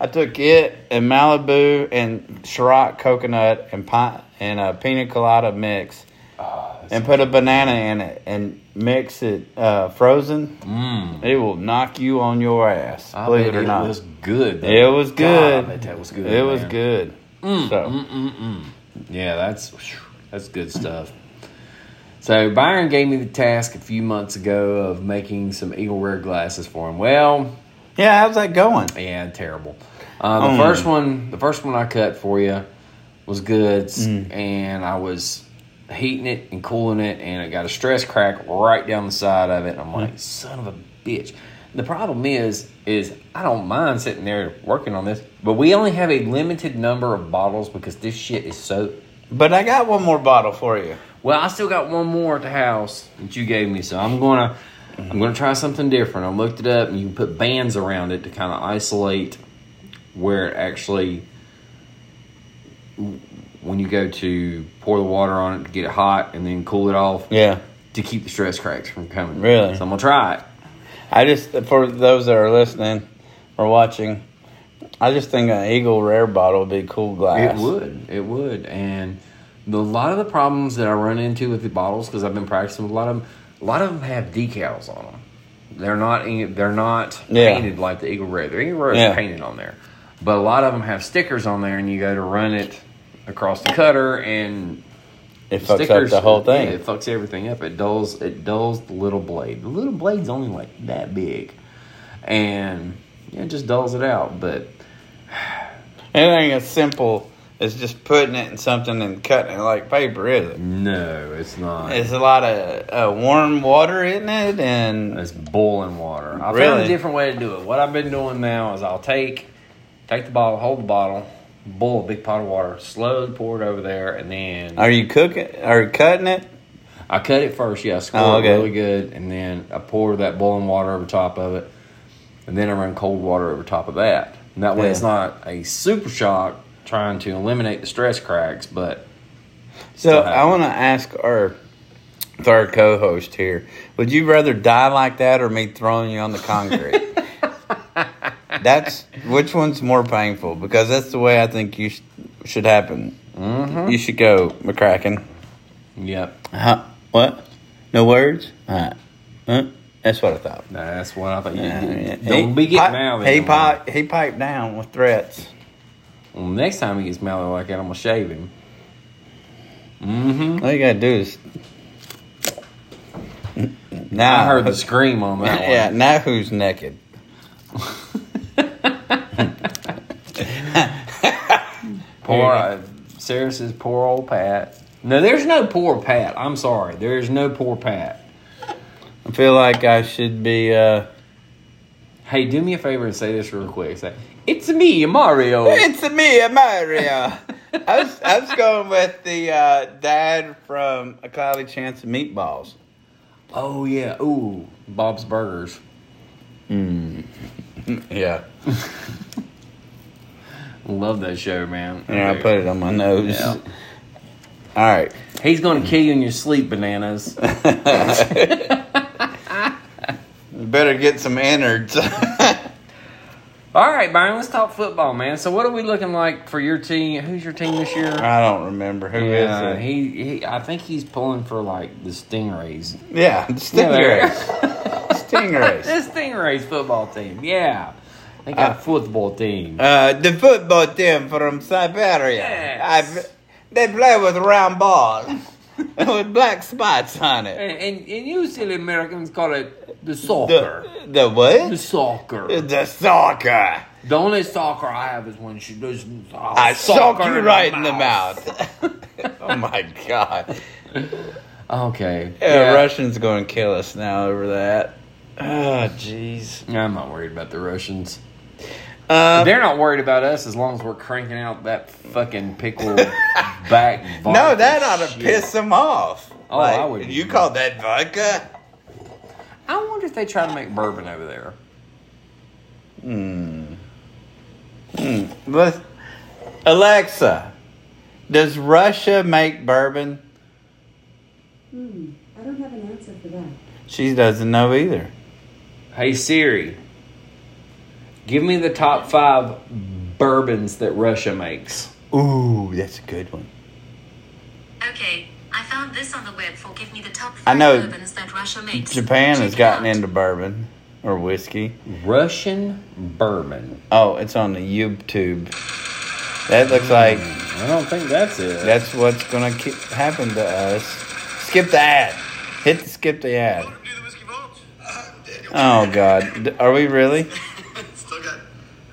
I took it and Malibu and Ciroc coconut and pine and a pina colada mix, and put a banana in it and mix it uh, frozen.
Mmm.
It will knock you on your ass.
Ah, I
believe
bet
it or not,
it was good. though.
it was
God,
good.
I bet that was good.
It was
man. Mm,
good. so.
Mm-mm-mm. Yeah, that's that's good stuff. So Byron gave me the task a few months ago of making some eagle rare glasses for him. Well,
Yeah, how's that going?
yeah, terrible. Uh, the
Mm.
first one, the first one I cut for you was good, s- and I was heating it and cooling it, and it got a stress crack right down the side of it. And I'm like, son of a bitch. The problem is, is I don't mind sitting there working on this, but we only have a limited number of bottles because this shit is so.
But I got one more bottle for you.
Well, I still got one more at the house that you gave me, so I'm gonna, I'm gonna try something different. I looked it up, and you can put bands around it to kind of isolate where it actually when you go to pour the water on it to get it hot and then cool it off
Yeah.
to keep the stress cracks from coming.
Really?
So I'm gonna try it.
I just for those that are listening or watching, I just think an Eagle Rare bottle would be cool glass.
It would. It would. And the, a lot of the problems that I run into with the bottles because I've been practicing with a lot of them. A lot of them have decals on them. They're not. in- They're not
Yeah.
painted like the Eagle Rare. The Eagle Rare
Yeah.
is painted on there, but a lot of them have stickers on there, and you go to run it across the cutter and
It fucks
stickers
up the whole
yeah,
thing.
it fucks everything up. It dulls it dulls the little blade. The little blade's only like that big, and yeah, it just dulls it out. But
Anything as simple as just putting it in something and cutting it like paper, is it?
no, it's not.
It's a lot of uh, warm water, isn't it? And
It's boiling water. I found
Really?
a different way to do it. What I've been doing now is I'll take take the bottle, hold the bottle, boil a big pot of water, slowly pour it over there, and then
are you cooking? Are you cutting it?
I cut it first. Yeah, I score
Oh,
it
okay.
really good, and then I pour that boiling water over top of it, and then I run cold water over top of that. And that way,
Yeah.
it's not a super shock trying to eliminate the stress cracks, but
So
Still
I
happening.
want to ask our third co-host here: Would you rather die like that or me throwing you on the concrete? that's which one's more painful because that's the way I think you sh- should happen.
Mm-hmm.
You should go, McCracken.
yep,
Huh? Uh-huh. What? No words? Huh? Huh? That's what I thought.
that's what I thought. You,
Yeah,
you- don't be getting out.
He piped. He piped down with threats.
Well, next time he gets mouthy like that, I'm gonna shave him. Mm-hmm.
All you gotta do is. Now
I heard the scream on that one.
Yeah, now who's naked?
Poor uh, Sarah says, "Poor old Pat." No, there's no poor Pat. I'm sorry, there is no poor Pat.
I feel like I should be. uh
Hey, do me a favor and say this real quick. Say, "It's me, Mario."
It's me, Mario. I was I was going with the uh dad from A Cloudy Chance of Meatballs.
oh yeah, ooh, Bob's Burgers.
Yeah,
Love that show, man.
yeah. I put it on my nose.
Yeah.
All right.
He's gonna kill you in your sleep, bananas.
You better get some innards.
All right, Byron, let's talk football, man. So, what are we looking like for your team? Who's your team this year?
I don't remember who is
Yeah,
it.
he, he. I think he's pulling for like the Stingrays.
yeah, the
there-
stingrays. stingrays.
The Stingrays football team. Yeah, they got a football team.
Uh, the football team from Siberia.
Yes.
I- they play with round balls with black spots on it.
and, and and you silly Americans call it the
The,
soccer.
the
The,
what?
soccer.
The soccer.
The only soccer I have is when she does.
I sock you right in the mouth. oh my god.
Okay.
Yeah, Russians going to kill us now over that. Oh, jeez.
I'm not worried about the Russians.
Um,
They're not worried about us as long as we're cranking out that fucking pickle back.
no,
vodka
that ought to
shit.
piss them off.
Oh, I would-
You call that vodka?
I wonder if they try to make bourbon over there.
Let's, Alexa, does Russia make bourbon?
Hmm, I don't have an answer for that.
She doesn't know either.
Hey Siri, give me the top five bourbons that Russia makes.
Ooh, that's a good one.
Okay, I found this on the web for give me the top
I
five
know
bourbons that Russia makes.
Japan
Check
has
it
gotten
out.
into bourbon or whiskey.
Russian bourbon.
Oh, it's on the YouTube. That looks like
I don't think that's it.
that's what's gonna keep happen to us. Skip the ad. Hit the skip the ad.
Do the whiskey vault. I'm Daniel.
Oh God, D- are we really?
Still got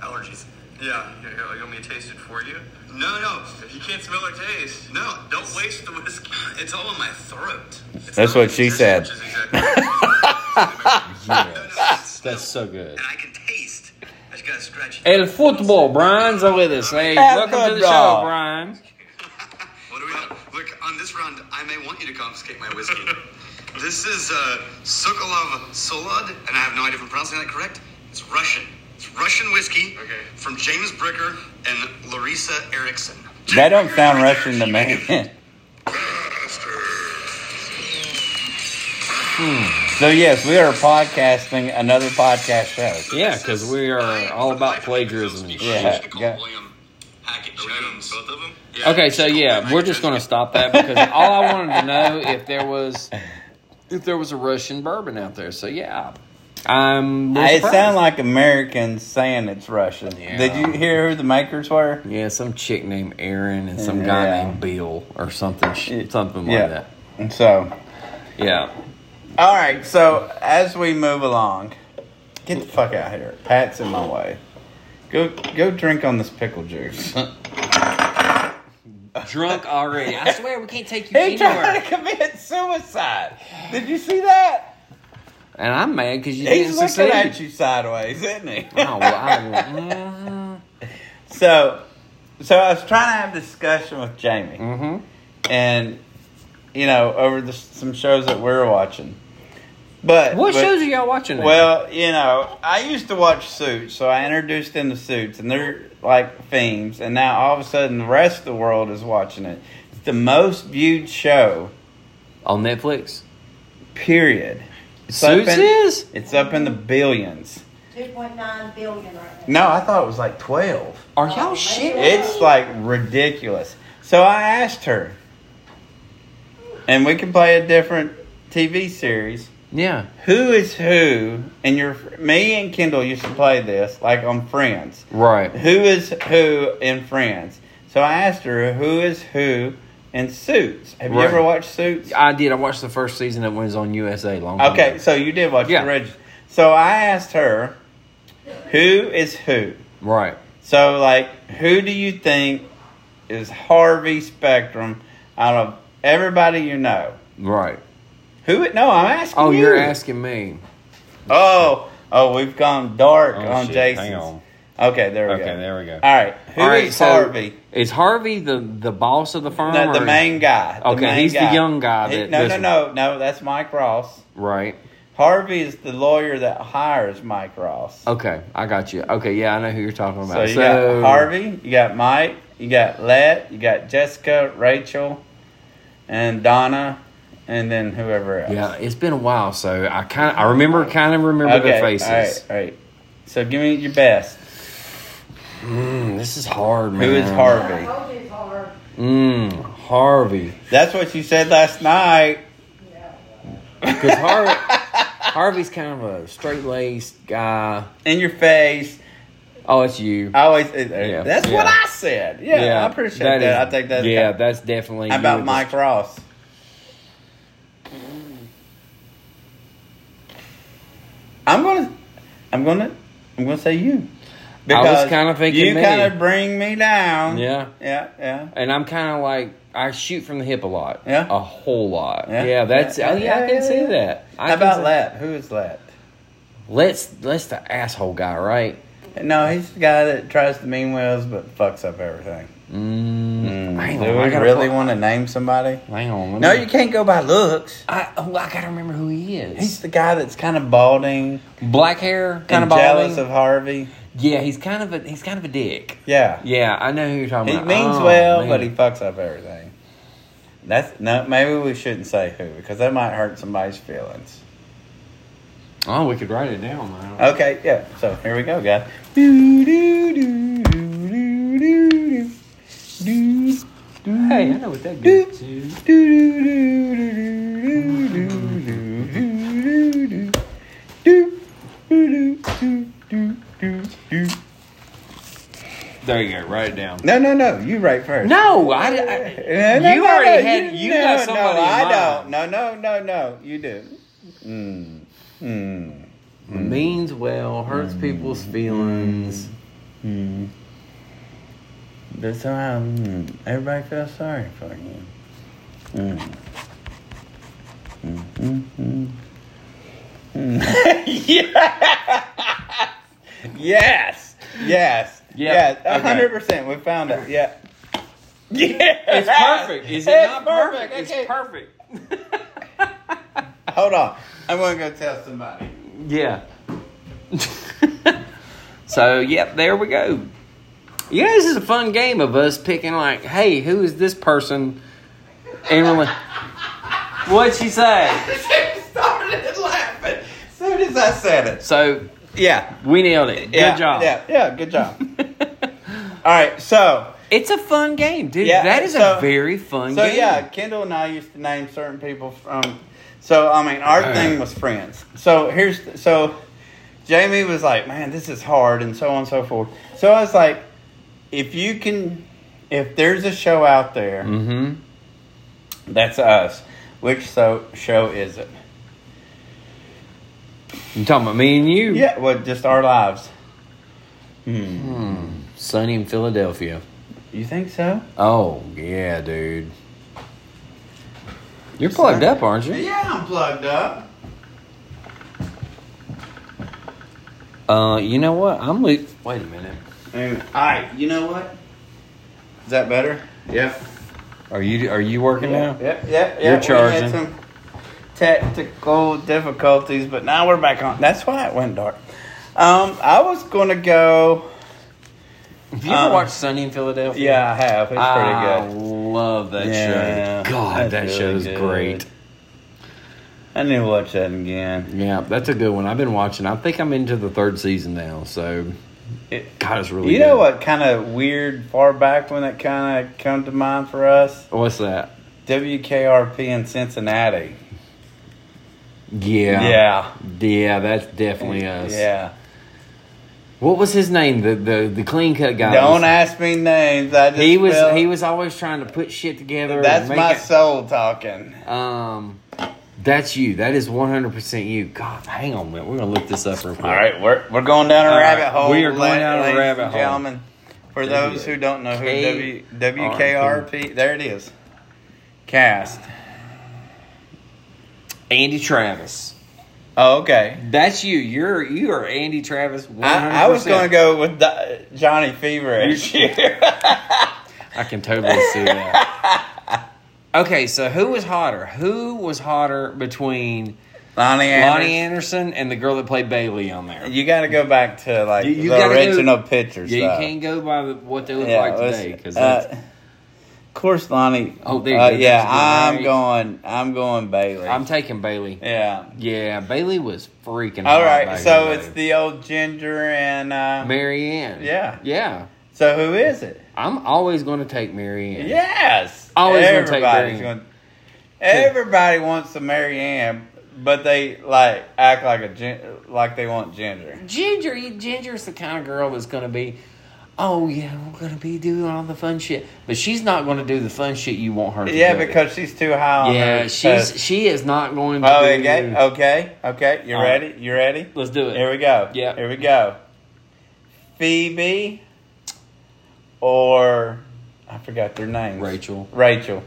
allergies. Yeah, you, you you want me to taste it for you? No, no, you can't smell or taste. No, don't waste the whiskey. It's all in my throat. It's
That's
not
what she
this,
said.
which is exactly- Yes.
That's so good.
And I can taste. I just gotta scratch it.
El football, Brian's are with us. Hey,
El
welcome to the show,
football.
Brian.
What do we have? Look, on this round, I may want you to confiscate my whiskey. this is uh, Sokolov Solod, and I have no idea if I'm pronouncing that correct. It's Russian. It's Russian whiskey okay. from James Bricker and Larissa Erickson.
That don't sound Russian to me. So yes, we are podcasting another podcast show.
Yeah, because we are all about plagiarism and shit.
Yeah, yeah.
Both of them?
Okay, so yeah, we're just gonna stop that because all I wanted to know if there was if there was a Russian bourbon out there. So yeah, I'm. a little
It
surprised.
sounds like Americans saying it's Russian.
Yeah.
Did you hear who the makers were?
yeah, some chick named Aaron and some guy
Yeah.
named Bill or something, sh- something like that.
And so,
Yeah,
all right. So as we move along, get the fuck out here. Pat's in my way. Go, go drink on this pickle juice.
drunk already. I swear we can't take you
he tried
anywhere.
to commit suicide. Did you see that?
And I'm mad because you
He's
didn't
looking
succeed.
at you sideways, isn't he?
Oh, well, I, mm,
So, so I was trying to have a discussion with Jamie,
mhm.
and you know, over the, some shows that we were watching. But
What
but-
shows are y'all watching? now?
Well, you know, I used to watch Suits, so I introduced them to Suits, and they're like themes. And now all of a sudden, the rest of the world is watching it. It's the most viewed show,
on Netflix.
period. It's
Suits
up in-
is?
It's up in the billions.
Two point nine billion right now.
No, I thought it was like twelve.
Are y'all
Oh,
shit?
It's like ridiculous. So I asked her, and we can play a different TV series.
Yeah.
Who is who? And your me and Kendall used to play this like on Friends.
Right.
Who is who in Friends? So I asked her, who is who in Suits? Have you
Right.
ever watched Suits?
I did. I watched the first season of when it was on USA. Long time
Okay,
ago.
so you did watch
Yeah.
the Reg. So I asked her, who is who?
Right.
So, like, who do you think is Harvey Spectrum out of everybody you know?
Right.
Who? No, I'm asking.
Oh,
you.
you're asking me.
Oh, oh, we've gone dark
Oh,
on
shit.
Jason's.
Hang on.
Okay, there we go.
Okay, there we go.
All right, who is
All right, so
Harvey?
Is Harvey the, the boss of the firm?
No, the
or-
main guy. the
Okay,
main
he's the
guy.
young guy
He-
that-
no, no,
that's-
no, no. That's Mike Ross.
Right.
Harvey is the lawyer that hires Mike Ross.
Okay, I got you. Okay, yeah, I know who you're talking
So
about.
you got Harvey, you got Mike, you got Let, you got Jessica, Rachel, and Donna, and then whoever else.
Yeah, it's been a while, so I kind of I remember kind of remember their faces.
All right, all right. So give me your best.
Mm, this is hard, man.
Who is
I
Harvey?
told you it's hard.
Mm, Harvey.
That's what you said last night.
Because Harvey, Harvey's kind of a straight laced guy.
In your face.
Oh, it's you.
I always. uh,
Yeah,
That's
yeah.
what I said. Yeah, I appreciate that.
is-
I think that's.
yeah, that's definitely
How
you
about
with
Mike Ross? I'm gonna, I'm gonna, I'm gonna say you.
I was kinda thinking
you
me.
kind of bring me
the-
down.
Yeah,
yeah, yeah.
and I'm kind of like I shoot from the hip a lot.
Yeah.
a whole lot.
Yeah.
Yeah, that's.
Yeah,
oh yeah, I
yeah,
can
yeah,
see
yeah.
that. I
How
can
about
see-
Lat? Who is Lat?
Let's let's the asshole guy, right?
No, he's the guy that tries to mean wheels but fucks up everything.
Mm, hang
Mm,
on,
do
I
we
gotta
really
pull-
want to name somebody?
Hang on. let
No,
me-
you can't go by looks.
I oh, I gotta remember who he is.
He's the guy that's kind of balding,
black hair, kind
kind
of
of
balding.
jealous of Harvey.
yeah, he's kind of a he's kind of a dick.
Yeah,
Yeah, I know who you're talking
he
about.
means
Oh,
well,
man.
but he fucks up everything. That's no. Maybe we shouldn't say who because that might hurt somebody's feelings.
oh, we could write it down. man.
Okay, yeah. So here we go, guys. Do, do, do, do, do, do, do. Do, do,
Hey, I know what that goes to.
do, do, do, do, do, do, do, do, do, do. Do, do, do, do, do, do.
There you go. Write it down.
No, no, no. You write first.
No, I.
No,
I
no,
you
no,
already
no,
had. You got somebody.
No,
in
I
mind.
don't. No, no, no, no. You do. Mm. Mm.
Means well, hurts people's feelings.
Mm. That's how mm, everybody feels sorry for you. Mm. Mm, mm, mm. Mm. yes! Yes! Yes!
Yeah,
Yes! A
okay.
100%. We found it. Yeah. Yeah!
It's perfect. Is it
It's
not perfect?
Okay.
It's perfect.
Hold on. I'm going to go tell somebody.
yeah. so, yep, there we go. You know, this is a fun game of us picking, like, hey, who is this person? And we're like, what'd she say?
She started laughing soon as I said it.
So,
Yeah.
we nailed it. Good
yeah,
job.
Yeah, yeah, good job. All right, so
It's a fun game, dude.
Yeah,
that is
so-
a very fun
so
game.
yeah, Kendall and I used to name certain people from. So I mean, our thing was friends. So here's so Jamie was like, "Man, this is hard," and so on and so forth. So I was like, "If you can, if there's a show out there
Mm-hmm.
that's us, which so show is it?"
You talking about me and you?
Yeah, well, just our lives.
Sunny in Philadelphia.
You think so?
Oh, yeah, dude. You're plugged up, aren't you?
Yeah, I'm plugged up.
Uh, you know what? I'm le- Wait a minute.
And, all right, you know what? Is that better? Yep.
Are you are you working now?
Yep, yep, yep.
You're
We
charging.
had some technical difficulties, but now we're back on. That's why it went dark. Um, I was going to go.
Have you ever
Um,
watched Sunny in Philadelphia?
Yeah, I have. It's
I
pretty good.
love that
Yeah,
show. God,
that's
that
really
show's
good.
great.
I need to watch that again.
Yeah, that's a good one. I've been watching. I think I'm into the third season now. So,
It-
God, it's really.
you know
good.
what kind of weird far back one that kind of come to mind for us?
What's that?
WKRP in Cincinnati.
Yeah,
Yeah.
yeah. That's definitely us.
Yeah.
What was his name? The the the clean cut guy.
Don't
Was-
ask me names. I just
He was
felt-
he was always trying to put shit together.
That's
and make
my
it-
soul talking.
Um, that's you. That is one hundred percent you. God, hang on a minute. We're gonna look this up real quick.
All right, we're we're going down a
All
rabbit
right,
hole.
we are going
la-
down a
ladies
rabbit
and
hole.
Gentlemen, for those who don't know who
K-
w, WKRP, there it is. Cast.
Andy Travis.
Oh, okay.
That's you. You're you are Andy Travis. 100%.
I, I was going to go with the, Johnny Feverish.
I can totally see that. Okay, so who was hotter? Who was hotter between
Lonnie
Lonnie Anderson
Anderson.
and the girl that played Bailey on there?
You got to go back to like
You- you
the
gotta go-
original pictures.
yeah, you
though.
can't go by the, what they look
Yeah,
like
let's-
today because
uh, of course, Lonnie.
Oh, there you
uh,
go.
Yeah,
That's
I'm
right.
going. I'm going Bailey.
I'm taking Bailey.
yeah.
Yeah, Bailey was freaking.
All
hot
right.
back
So
in
it's
day.
the old Ginger and uh,
Marianne.
Yeah.
yeah.
So who is it?
I'm always going to take Marianne.
Yes.
Always gonna take Marianne.
gonna- Everybody wants to marry Ann, but they like act like a gen- like they want Ginger.
Ginger, you- Ginger's the kind of girl that's going to be, oh yeah, we're going to be doing all the fun shit, but she's not going to do the fun shit you want her to.
Yeah,
do.
because she's too high on her.
yeah,
test.
she's she is not going to.
Oh,
do-
okay, okay, okay. You
All right.
ready? You ready?
Let's do it.
Here we go.
Yeah.
Here we go. Phoebe or I forgot their names.
Rachel.
Rachel.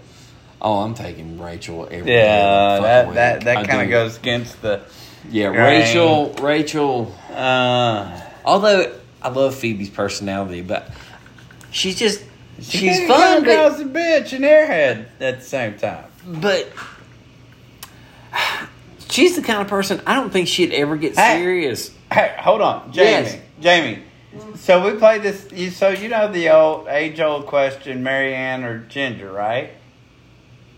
Oh, I'm taking Rachel every day.
Yeah,
Fuck
that
with
that,
it.
that
I
kind of
do.
goes against the
Yeah,
Right.
Rachel. Rachel.
Uh,
Although I love Phoebe's personality, but she's just she's
she
fun,
come
but,
across a bitch and airhead at the same time.
but she's the kind of person I don't think she'd ever get
Hey.
serious.
Hey, hold on, Jamie. Jamie. So we played this. You, so you know the old age-old question: Marianne or Ginger, right?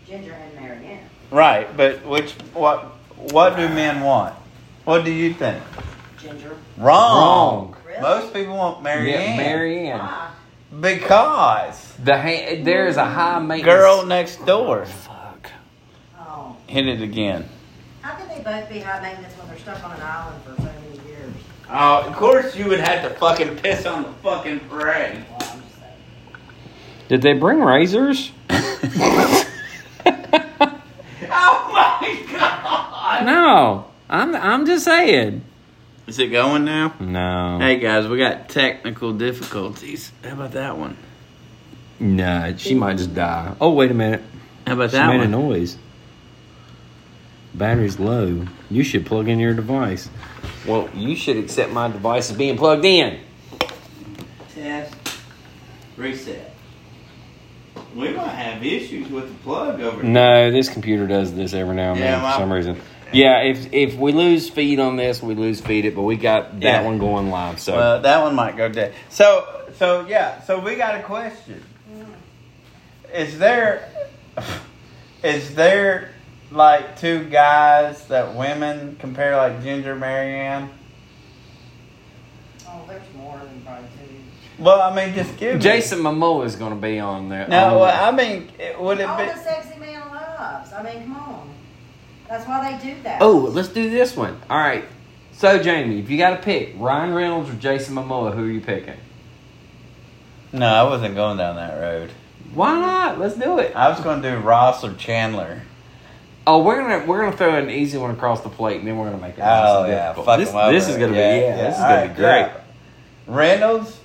Ginger and Marianne.
Right. But which? What? What do men want? What do you think?
Ginger.
Wrong.
Wrong.
Really?
Most people want
Yeah,
Marianne
Marianne.
Why?
because
The ha- there is a high maintenance
girl next door.
Fuck.
Oh.
Hit it again.
How can they both be high maintenance when they're stuck on an island for so many years?
Oh, of course you would have to fucking piss on the fucking parade.
Well, I'm just saying.
Did they bring razors?
Oh my god!
No, I'm I'm just saying.
Is it going now?
No,
Hey guys, we got technical difficulties. How about that one?
nah, she might just die. Oh wait a minute,
How about
she
that
made a
one?
noise. Battery's low. You should plug in your device. Well, you should accept my device as being plugged in.
Test. Reset. We might have issues with the plug over
No, this computer does this every now and then
Yeah,
for
my-
some reason. Yeah, if if we lose feed on this, we lose feed it, but we got that
Yeah.
one going live. So
Well, that one might go dead. So, so yeah. So we got a question. Is there, is there like two guys that women compare like Ginger Marianne?
Oh, there's more than probably two.
Well, I mean, just give me-
Jason Oh. Momoa is going to be on there.
No,
on-
well, I mean, it- would it
All
be?
the sexy man loves. I mean, come on. That's why they do that.
Oh, let's do this one. All right. So, Jamie, if you got to pick Ryan Reynolds or Jason Momoa, who are you picking?
No, I wasn't going down that road.
Why not? Let's do it.
I was going to do Ross or Chandler.
Oh, we're gonna we're gonna throw an easy one across the plate, and then we're gonna make it. nice
Oh
and
yeah,
difficult.
fuck
this,
him over.
this is gonna be yeah, this is
all
gonna
right,
be great.
yeah. Reynolds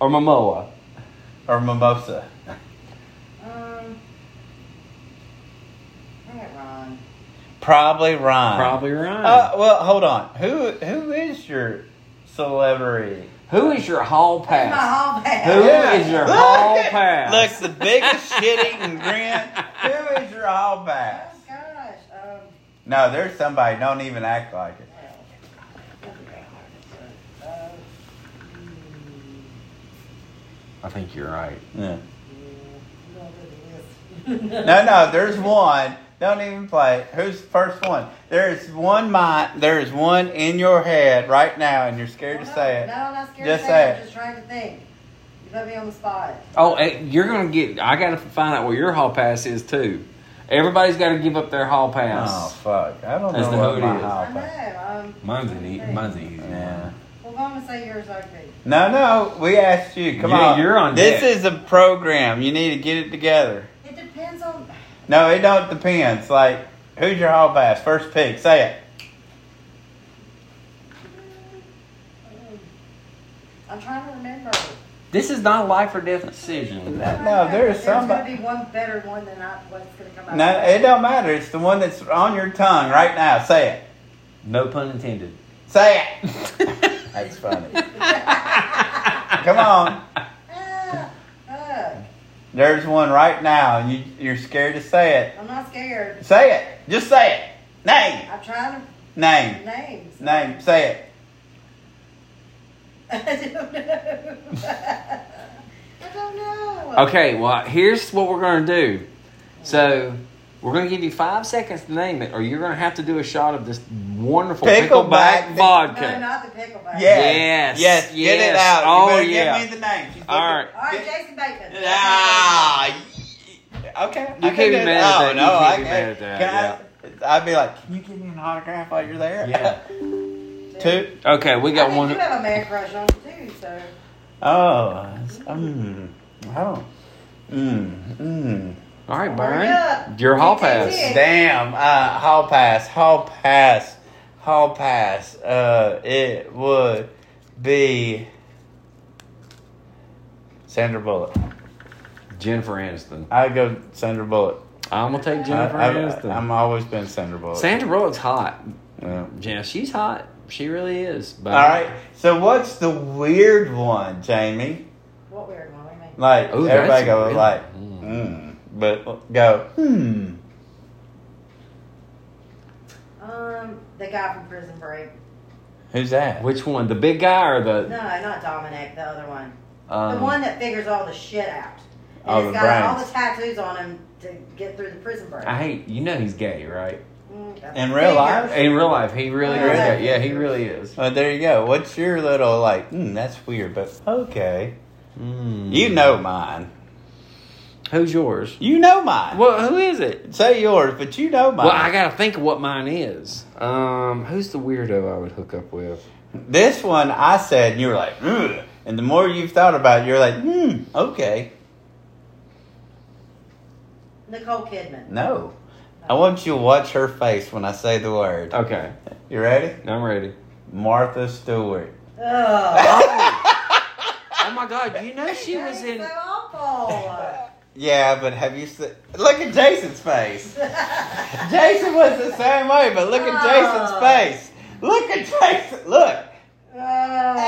Or Momoa.
or Mimosa?
Um, dang it, Ron.
Probably Ryan.
Probably Ryan.
Uh, well, hold on. Who who is your celebrity?
who is your hall
Where's my Oh,
pass?
hall pass?
Who is your
Look
hall
at-
pass?
Look, the biggest shit eating grin. Who is your hall
Oh,
pass?
gosh. Um,
No, there's somebody. Don't even act like it.
uh, hmm,
I think you're right.
Yeah.
yeah, I'm gonna do this.
No, no, there's one. Don't even play. Who's the first one? There is one mind. There is one in your head right now, and you're scared to say
No,
it.
I'm not scared
Just say
to say it.
it.
I'm just trying to think. You put me on the spot.
Oh, and you're gonna get. I gotta find out where your hall pass is too. Everybody's got to give up their hall pass.
Oh fuck! I don't
That's
know
the
what
who
my
it is.
hall
I
pass.
know. Um,
Mine's
I'm
an
trying to
easy.
think.
Mine's an easy
Yeah.
one.
Well, go on and say yours, okay.
No, no, we asked you. Come
Yeah,
on,
you're on
This
deck.
is a program. You need to get it together.
It depends on.
No, it don't depends. Like, who's your hall pass? First pick. Say it.
I'm trying to remember.
This is not a life or death decision.
No, there's
There's
somebody.
gonna be one better one than I, what's gonna come out.
No, it don't matter. It's the one that's on your tongue right now. Say it.
No pun intended.
Say it. That's funny. Come on.
Ah, fuck.
There's one right now, and you, you're scared to say
I'm not scared.
it. Say it. Just say it. Name.
I'm trying to
Name.
names.
Name. Say it.
I don't know. I don't know.
Okay, well, here's what we're going to do. So, we're going to give you five seconds to name it, or you're going to have to do a shot of this wonderful
Pickleback.
pickleback
No,
vodka.
Uh, not the
Yeah.
pickleback.
Yes,
Yes. Get it
yes.
out. You
Oh,
better
yeah.
Give me the name. She's
All right.
looking-
All right, Jason Bateman.
Ah, okay. I
can't be
do it.
mad at that.
Oh,
You
no,
can't
I
be
can't.
mad at
Can I? I'd be like, can you give me an autograph while you're there?
Yeah.
Two.
Okay, we
I
got
mean,
one.
You have a man crush on him too, so.
Oh. Mmm. Oh. Mmm. Mmm.
All right,
Hurry
Byron.
up.
Your hall
Get that
pass.
dick.
Damn. Uh, hall pass. Hall pass. Hall pass. Uh, it would be Sandra Bullock.
Jennifer Aniston.
I go Sandra Bullock.
I'm going to take
I,
Jennifer
I,
Aniston.
I'm always been Sandra Bullock.
Sandra Bullock's hot.
Yeah.
Yeah, she's hot. She really is. But
All right. So what's the weird one, Jamie?
What weird one? What do you mean?
Like
Ooh, that's
everybody go
really-
like,
Mm.
mm. but go hmm.
Um, the guy from Prison Break.
Who's that?
Which one? The big guy or
No,
the
not Dominic. The other one.
um,
the one that figures all the shit out. And
All
he's
the
got all
brains.
the tattoos on him to get through the prison break.
I hate. You know he's gay, right?
Mm, that's
In real
figures.
life?
In real life, he really is.
Yeah.
Gay. Yeah, he really is.
Well, there you go. What's your little like? Hmm, that's weird, but okay.
Mm.
You know mine.
who's yours?
You know mine.
Well, who is it?
Say yours, but you know mine.
Well, I gotta think of what mine is. Um, who's the weirdo I would hook up with?
This one I said, and you were like, Ugh. and the more you've thought about it, you're like, hmm, okay,
Nicole Kidman.
no. I want you to watch her face when I say the word.
Okay,
You ready?
I'm ready.
Martha Stewart.
Ugh.
Oh my god, you know she was
That
in.
is So awful.
Yeah, but have you seen? Look at Jason's face. Jason was the same way, but look at Jason's
Ah.
Oh.
face. Look at Jason. Look.
Ugh.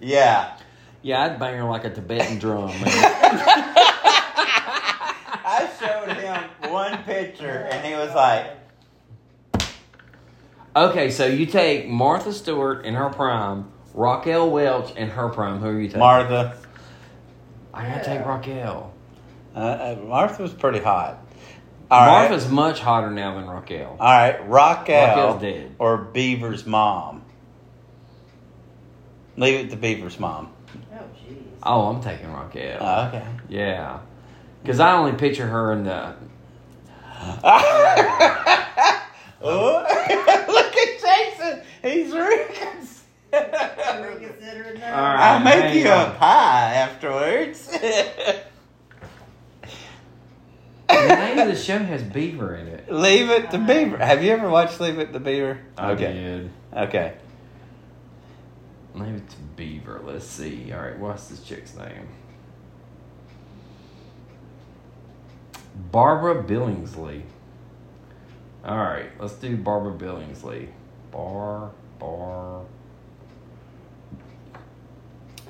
yeah.
Yeah, I'd bang her like a Tibetan drum. Man.
I showed him one picture, and he was like,
okay, so you take Martha Stewart in her prime, Raquel Welch in her prime. Who are you taking?
Martha.
I gotta take Raquel.
Uh, Uh, Martha was pretty hot. All right.
Martha's much hotter now than Raquel.
All right, Raquel
Raquel's dead.
or Beaver's mom. Leave it to Beaver's mom.
Oh, jeez.
Oh, I'm taking Raquel.
Oh, okay.
yeah, because I only picture her in the.
Look at Jason. He's reconsidering.
Reconsidering
All
that.
right.
I'll make you
hang
a
on.
pie afterwards.
The name of the show has Beaver in it.
Leave it to Beaver. Have you ever watched Leave It to Beaver?
I
Okay.
did.
Okay.
Maybe it's Beaver. Let's see. All right, what's this chick's name? Barbara Billingsley. All right, let's do Barbara Billingsley. Bar, bar.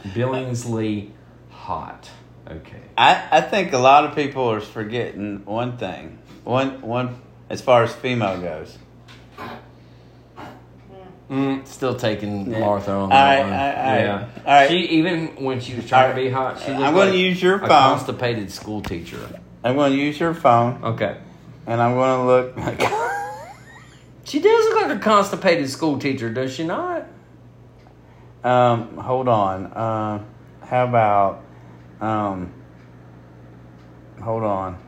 Billingsley hot. Okay.
I, I think a lot of people are forgetting one thing. One one as far as female goes.
Mm, still taking
Yeah.
Martha on
All
that
right,
one.
all right, all
yeah.
right, all right.
She even when she was trying
All
to be hot, she
I'm
looked
gonna
like
use your
a
phone.
constipated school teacher.
I'm going to use your phone
Okay.
and I'm going to look like
She does look like a constipated school teacher, does she not?
Um, hold on. Uh, how about, um, hold on.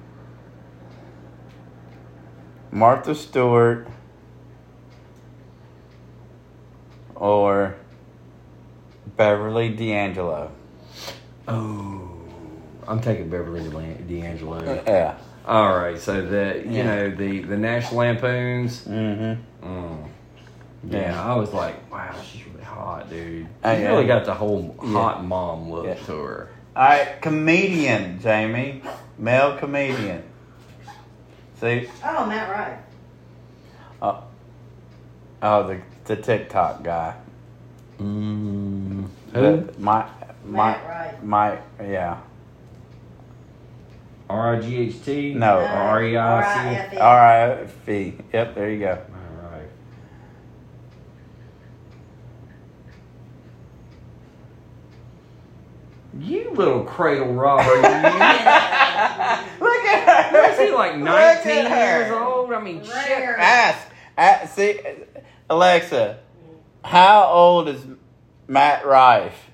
Martha Stewart or Beverly D'Angelo.
Oh, I'm taking Beverly D'An- D'Angelo.
Yeah.
All right, so the you
Yeah.
know the the National Lampoons.
Mm-hmm.
Mm. Yeah,
Yeah.
I was like, wow, she's really hot, dude. She
Oh, yeah.
really got the whole hot mom look
Yeah.
to her.
All right, comedian Jamie, male comedian. See,
Oh, Matt Ryan.
oh, oh, the the TikTok guy.
Mm. Who?
The- my my
Matt Ryan.
my yeah.
R I G H T. E
No.
No,
R-E-I-C.
R-I-F-E.
All right, fee. E. Yep, there you go.
All right. You little cradle robber, you.
Look at her.
Was he like
Look at
19
her.
years old? I mean, shit.
Rare.
Ask. A- see, Alexa, how old is Matt Rife?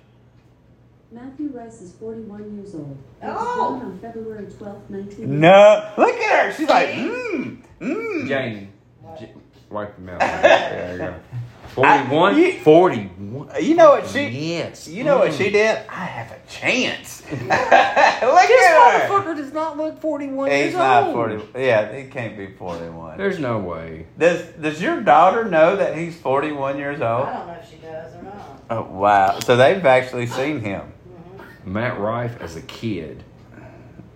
Matthew Rice is 41 years old. He was
Oh.
born on February 12, 19.
No. Look at her. She's like, mmm, mmm.
Jane. J- wipe them out.
There
There you go. 41?
I- you-
41.
You know what she-
Yes.
You know what
Mm.
she did? I have a chance. Look at
This
her.
motherfucker does not look 41 years
He's not
old.
40. Yeah, he can't be 41.
There's no way.
Does, does your daughter know that he's 41 years
Uh-huh.
old?
I don't know if she does or not.
Oh, wow. So they've actually seen him.
Matt Rife as a kid.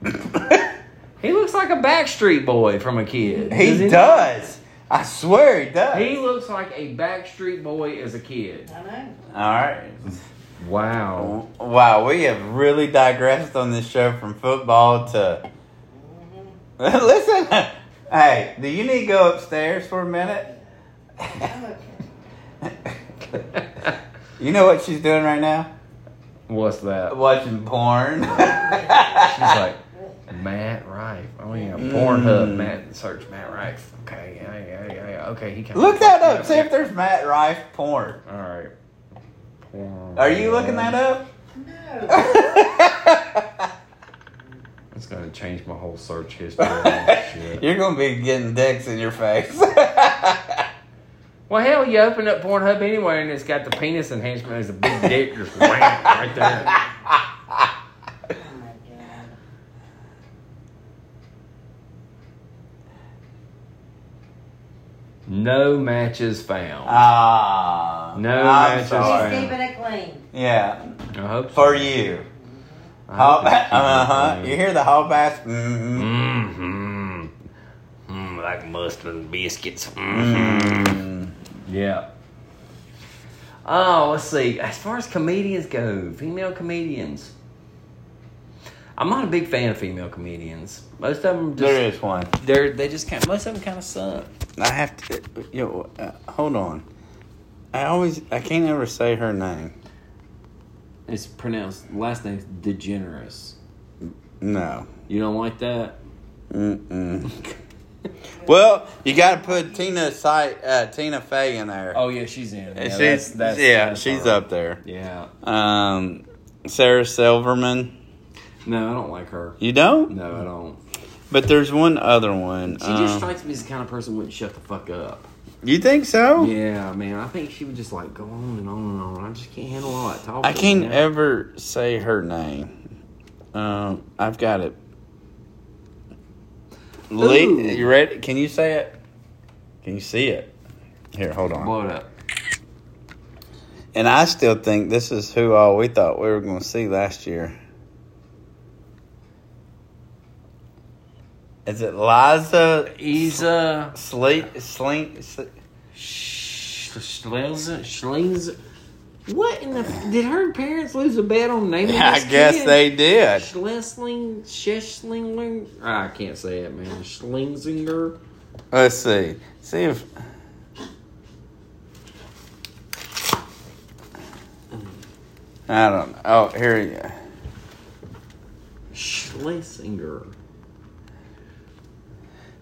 he looks like a Backstreet Boy from a kid.
He
Does
does. I swear he does.
He looks like a Backstreet Boy as a kid.
I know.
All right.
Wow.
Wow, we have really digressed on this show from football to. Listen, hey, do you need to go upstairs for a minute?
I'm okay.
You know what she's doing right now?
What's that?
Watching porn.
She's like, Matt Rife. Oh, yeah.
Mm.
Pornhub, Matt. Search Matt Rife. Okay. Yeah, yeah, yeah. yeah. Okay. He can
Look that up. See if there's Matt Rife porn.
All right. Porn.
Are you looking that up?
No.
It's going to change my whole search history. and Oh, shit.
You're gonna be getting dicks in your face.
Well, hell, you open up Pornhub anyway, and it's got the penis enhancement. There's a big dick just wham, right there.
Oh my god.
No matches found.
Ah,
No
I'm
matches
sorry.
found.
He's keeping it clean.
Yeah,
I hope so.
for you.
I
Uh
hope it's
huh.
keeping
You
it
hear the hall bass? Mm-hmm.
clean. Mhm. Mm, like mustard and biscuits.
Mm-hmm.
Mhm. Yeah. Oh, let's see. As far as comedians go, female comedians. I'm not a big fan of female comedians. Most of them just
There is one.
they're they just kind of, most of them kind of suck.
I have to. Yo, uh, hold on. I always. I can't ever say her name.
It's pronounced last name's DeGeneres.
No.
You don't like that?
Mm-mm. well, you got to put Tina Sy- uh, Tina Fey in there.
Oh yeah, she's in. Yeah,
she's
that's- that's-
yeah,
that's
she's
her.
up there.
Yeah.
Um, Sarah Silverman.
No, I don't like her.
You don't?
No, I don't. Uh,
But there's one other one.
She just
um,
strikes me as the kind of person who wouldn't shut the fuck up.
you think so?
Yeah, man. I think she would just like go on and on and on. I just can't handle all that talk.
I can't ever say her name. Um, I've got it. Lee,
Ooh.
you ready? Can you say it? Can you see it? Here, hold on.
blow it up.
And I still think this is who all we thought we were going to see last year. Is it Liza
Isa
Sleep Slink? Sle-
Schleins. Schleins. What in the? Did her parents lose a bet on naming?
I
this
guess
kid?
they did.
Schlesling, Schesling, I can't say it, man. Schlesinger.
Let's see. See if I don't know. Oh, here you go.
Schlesinger.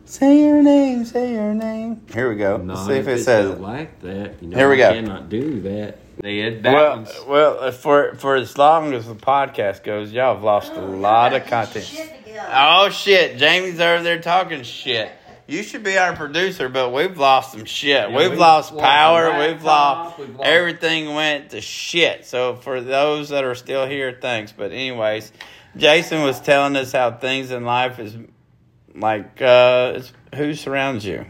Say your name, say your name. Here we go.
No,
Let's see if it
it's
says
not
it.
like that. You know,
Here we
I
go.
Cannot do that. Ned, that
Well,
one's-
well, uh, for for as long as the podcast goes, y'all have lost a
Oh,
lot of content.
Shit together.
Oh shit, Jamie's over there talking shit. You should be our producer, but we've lost some shit.
Yeah,
we've,
we've
lost
lost
power.
our
We've
laptop,
lost,
we've lost-
everything went to shit. So for those that are still here, thanks. But anyways, Jason was telling us how things in life is like uh, it's who surrounds you.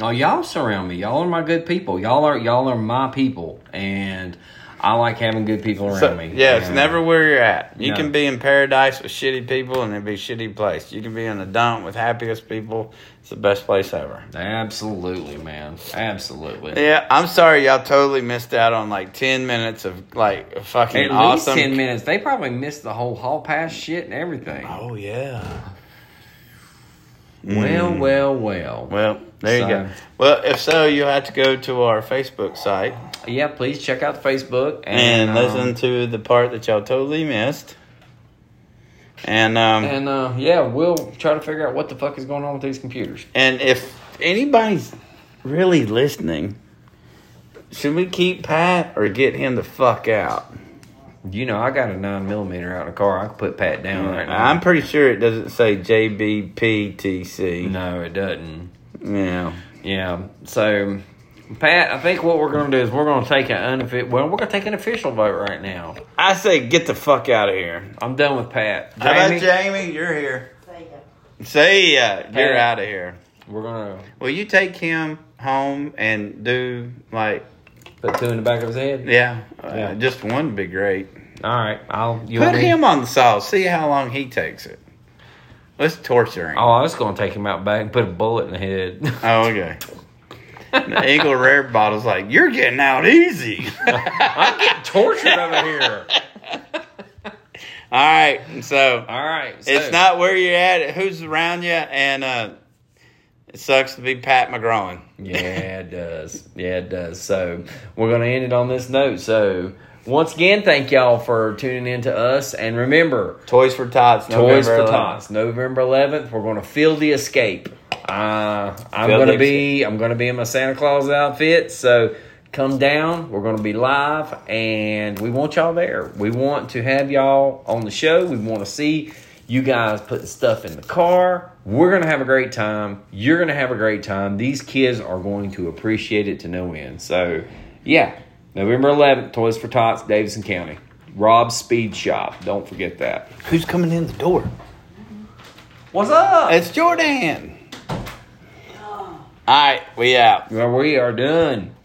Oh, y'all surround me. Y'all are my good people. Y'all are y'all are my people, and I like having good people around
So,
me.
yeah, it's
And-
never where you're at. You
No.
can be in paradise with shitty people, and it'd be a shitty place. You can be in the dump with happiest people. It's the best place ever.
Absolutely, man. Absolutely.
Yeah, I'm sorry y'all totally missed out on like 10 minutes of like fucking
At
awesome.
least ten minutes. They probably missed the whole hall pass shit and everything.
Oh yeah.
Well, well, Mm. well.
Well, there you go.
So-
Well, if so, you'll have to go to our Facebook site
Yeah, please check out the Facebook
and,
and,
listen
um,
to the part that y'all totally missed. And um and,
And uh, yeah, we'll try to figure out what the fuck is going on with these computers.
if anybody's really listening, should we keep Pat or get him the fuck out?
You know, I got a nine millimeter out in the car. I can put Pat down right now.
Mm, I'm pretty sure it doesn't say JBPTC.
no, it doesn't.
Yeah.
Yeah. So, Pat, I think what we're gonna do is we're gonna take an unofficial. Well, we're gonna take an official vote right now.
I say get the fuck out of here.
I'm done with Pat.
How about
Jamie,
Jamie? You're here.
There you go.
Say ya. You're
Hey.
out of here.
we're gonna
Will you take him home and do like
put two in the back of his head.
yeah,
Yeah.
Uh, just one would be great.
All right. I'll. You
Put
want me-
him on the saw. See how long he takes it. Let's torture him.
Oh, I was gonna take him out back and put a bullet in the head.
Oh, okay. The Eagle Rare bottle's like, you're getting out easy.
I'm getting tortured over here.
All right, and so uh,
All right. So,
it's not where you're at, who's around you, and uh, it sucks to be Pat McGrawan.
Yeah, it does. Yeah, it does. So we're going to end it on this note. So once again, thank y'all for tuning in to us. And remember,
Toys for Tots.
Toys
November
for
11th.
Tots, November 11th. We're going to feel the escape. Uh, I'm
Feel the
going to be I'm going to be in my Santa Claus outfit. So come down. We're going to be live, and we want y'all there. We want to have y'all on the show. We want to see you guys putting stuff in the car. We're going to have a great time. You're going to have a great time. These kids are going to appreciate it to no end. So yeah, November 11th, Toys for Tots, Davidson County. Rob's Speed Shop. Don't forget that.
Who's coming in the door?
What's up?
It's Jordan. All right, we out.
Well, we are done.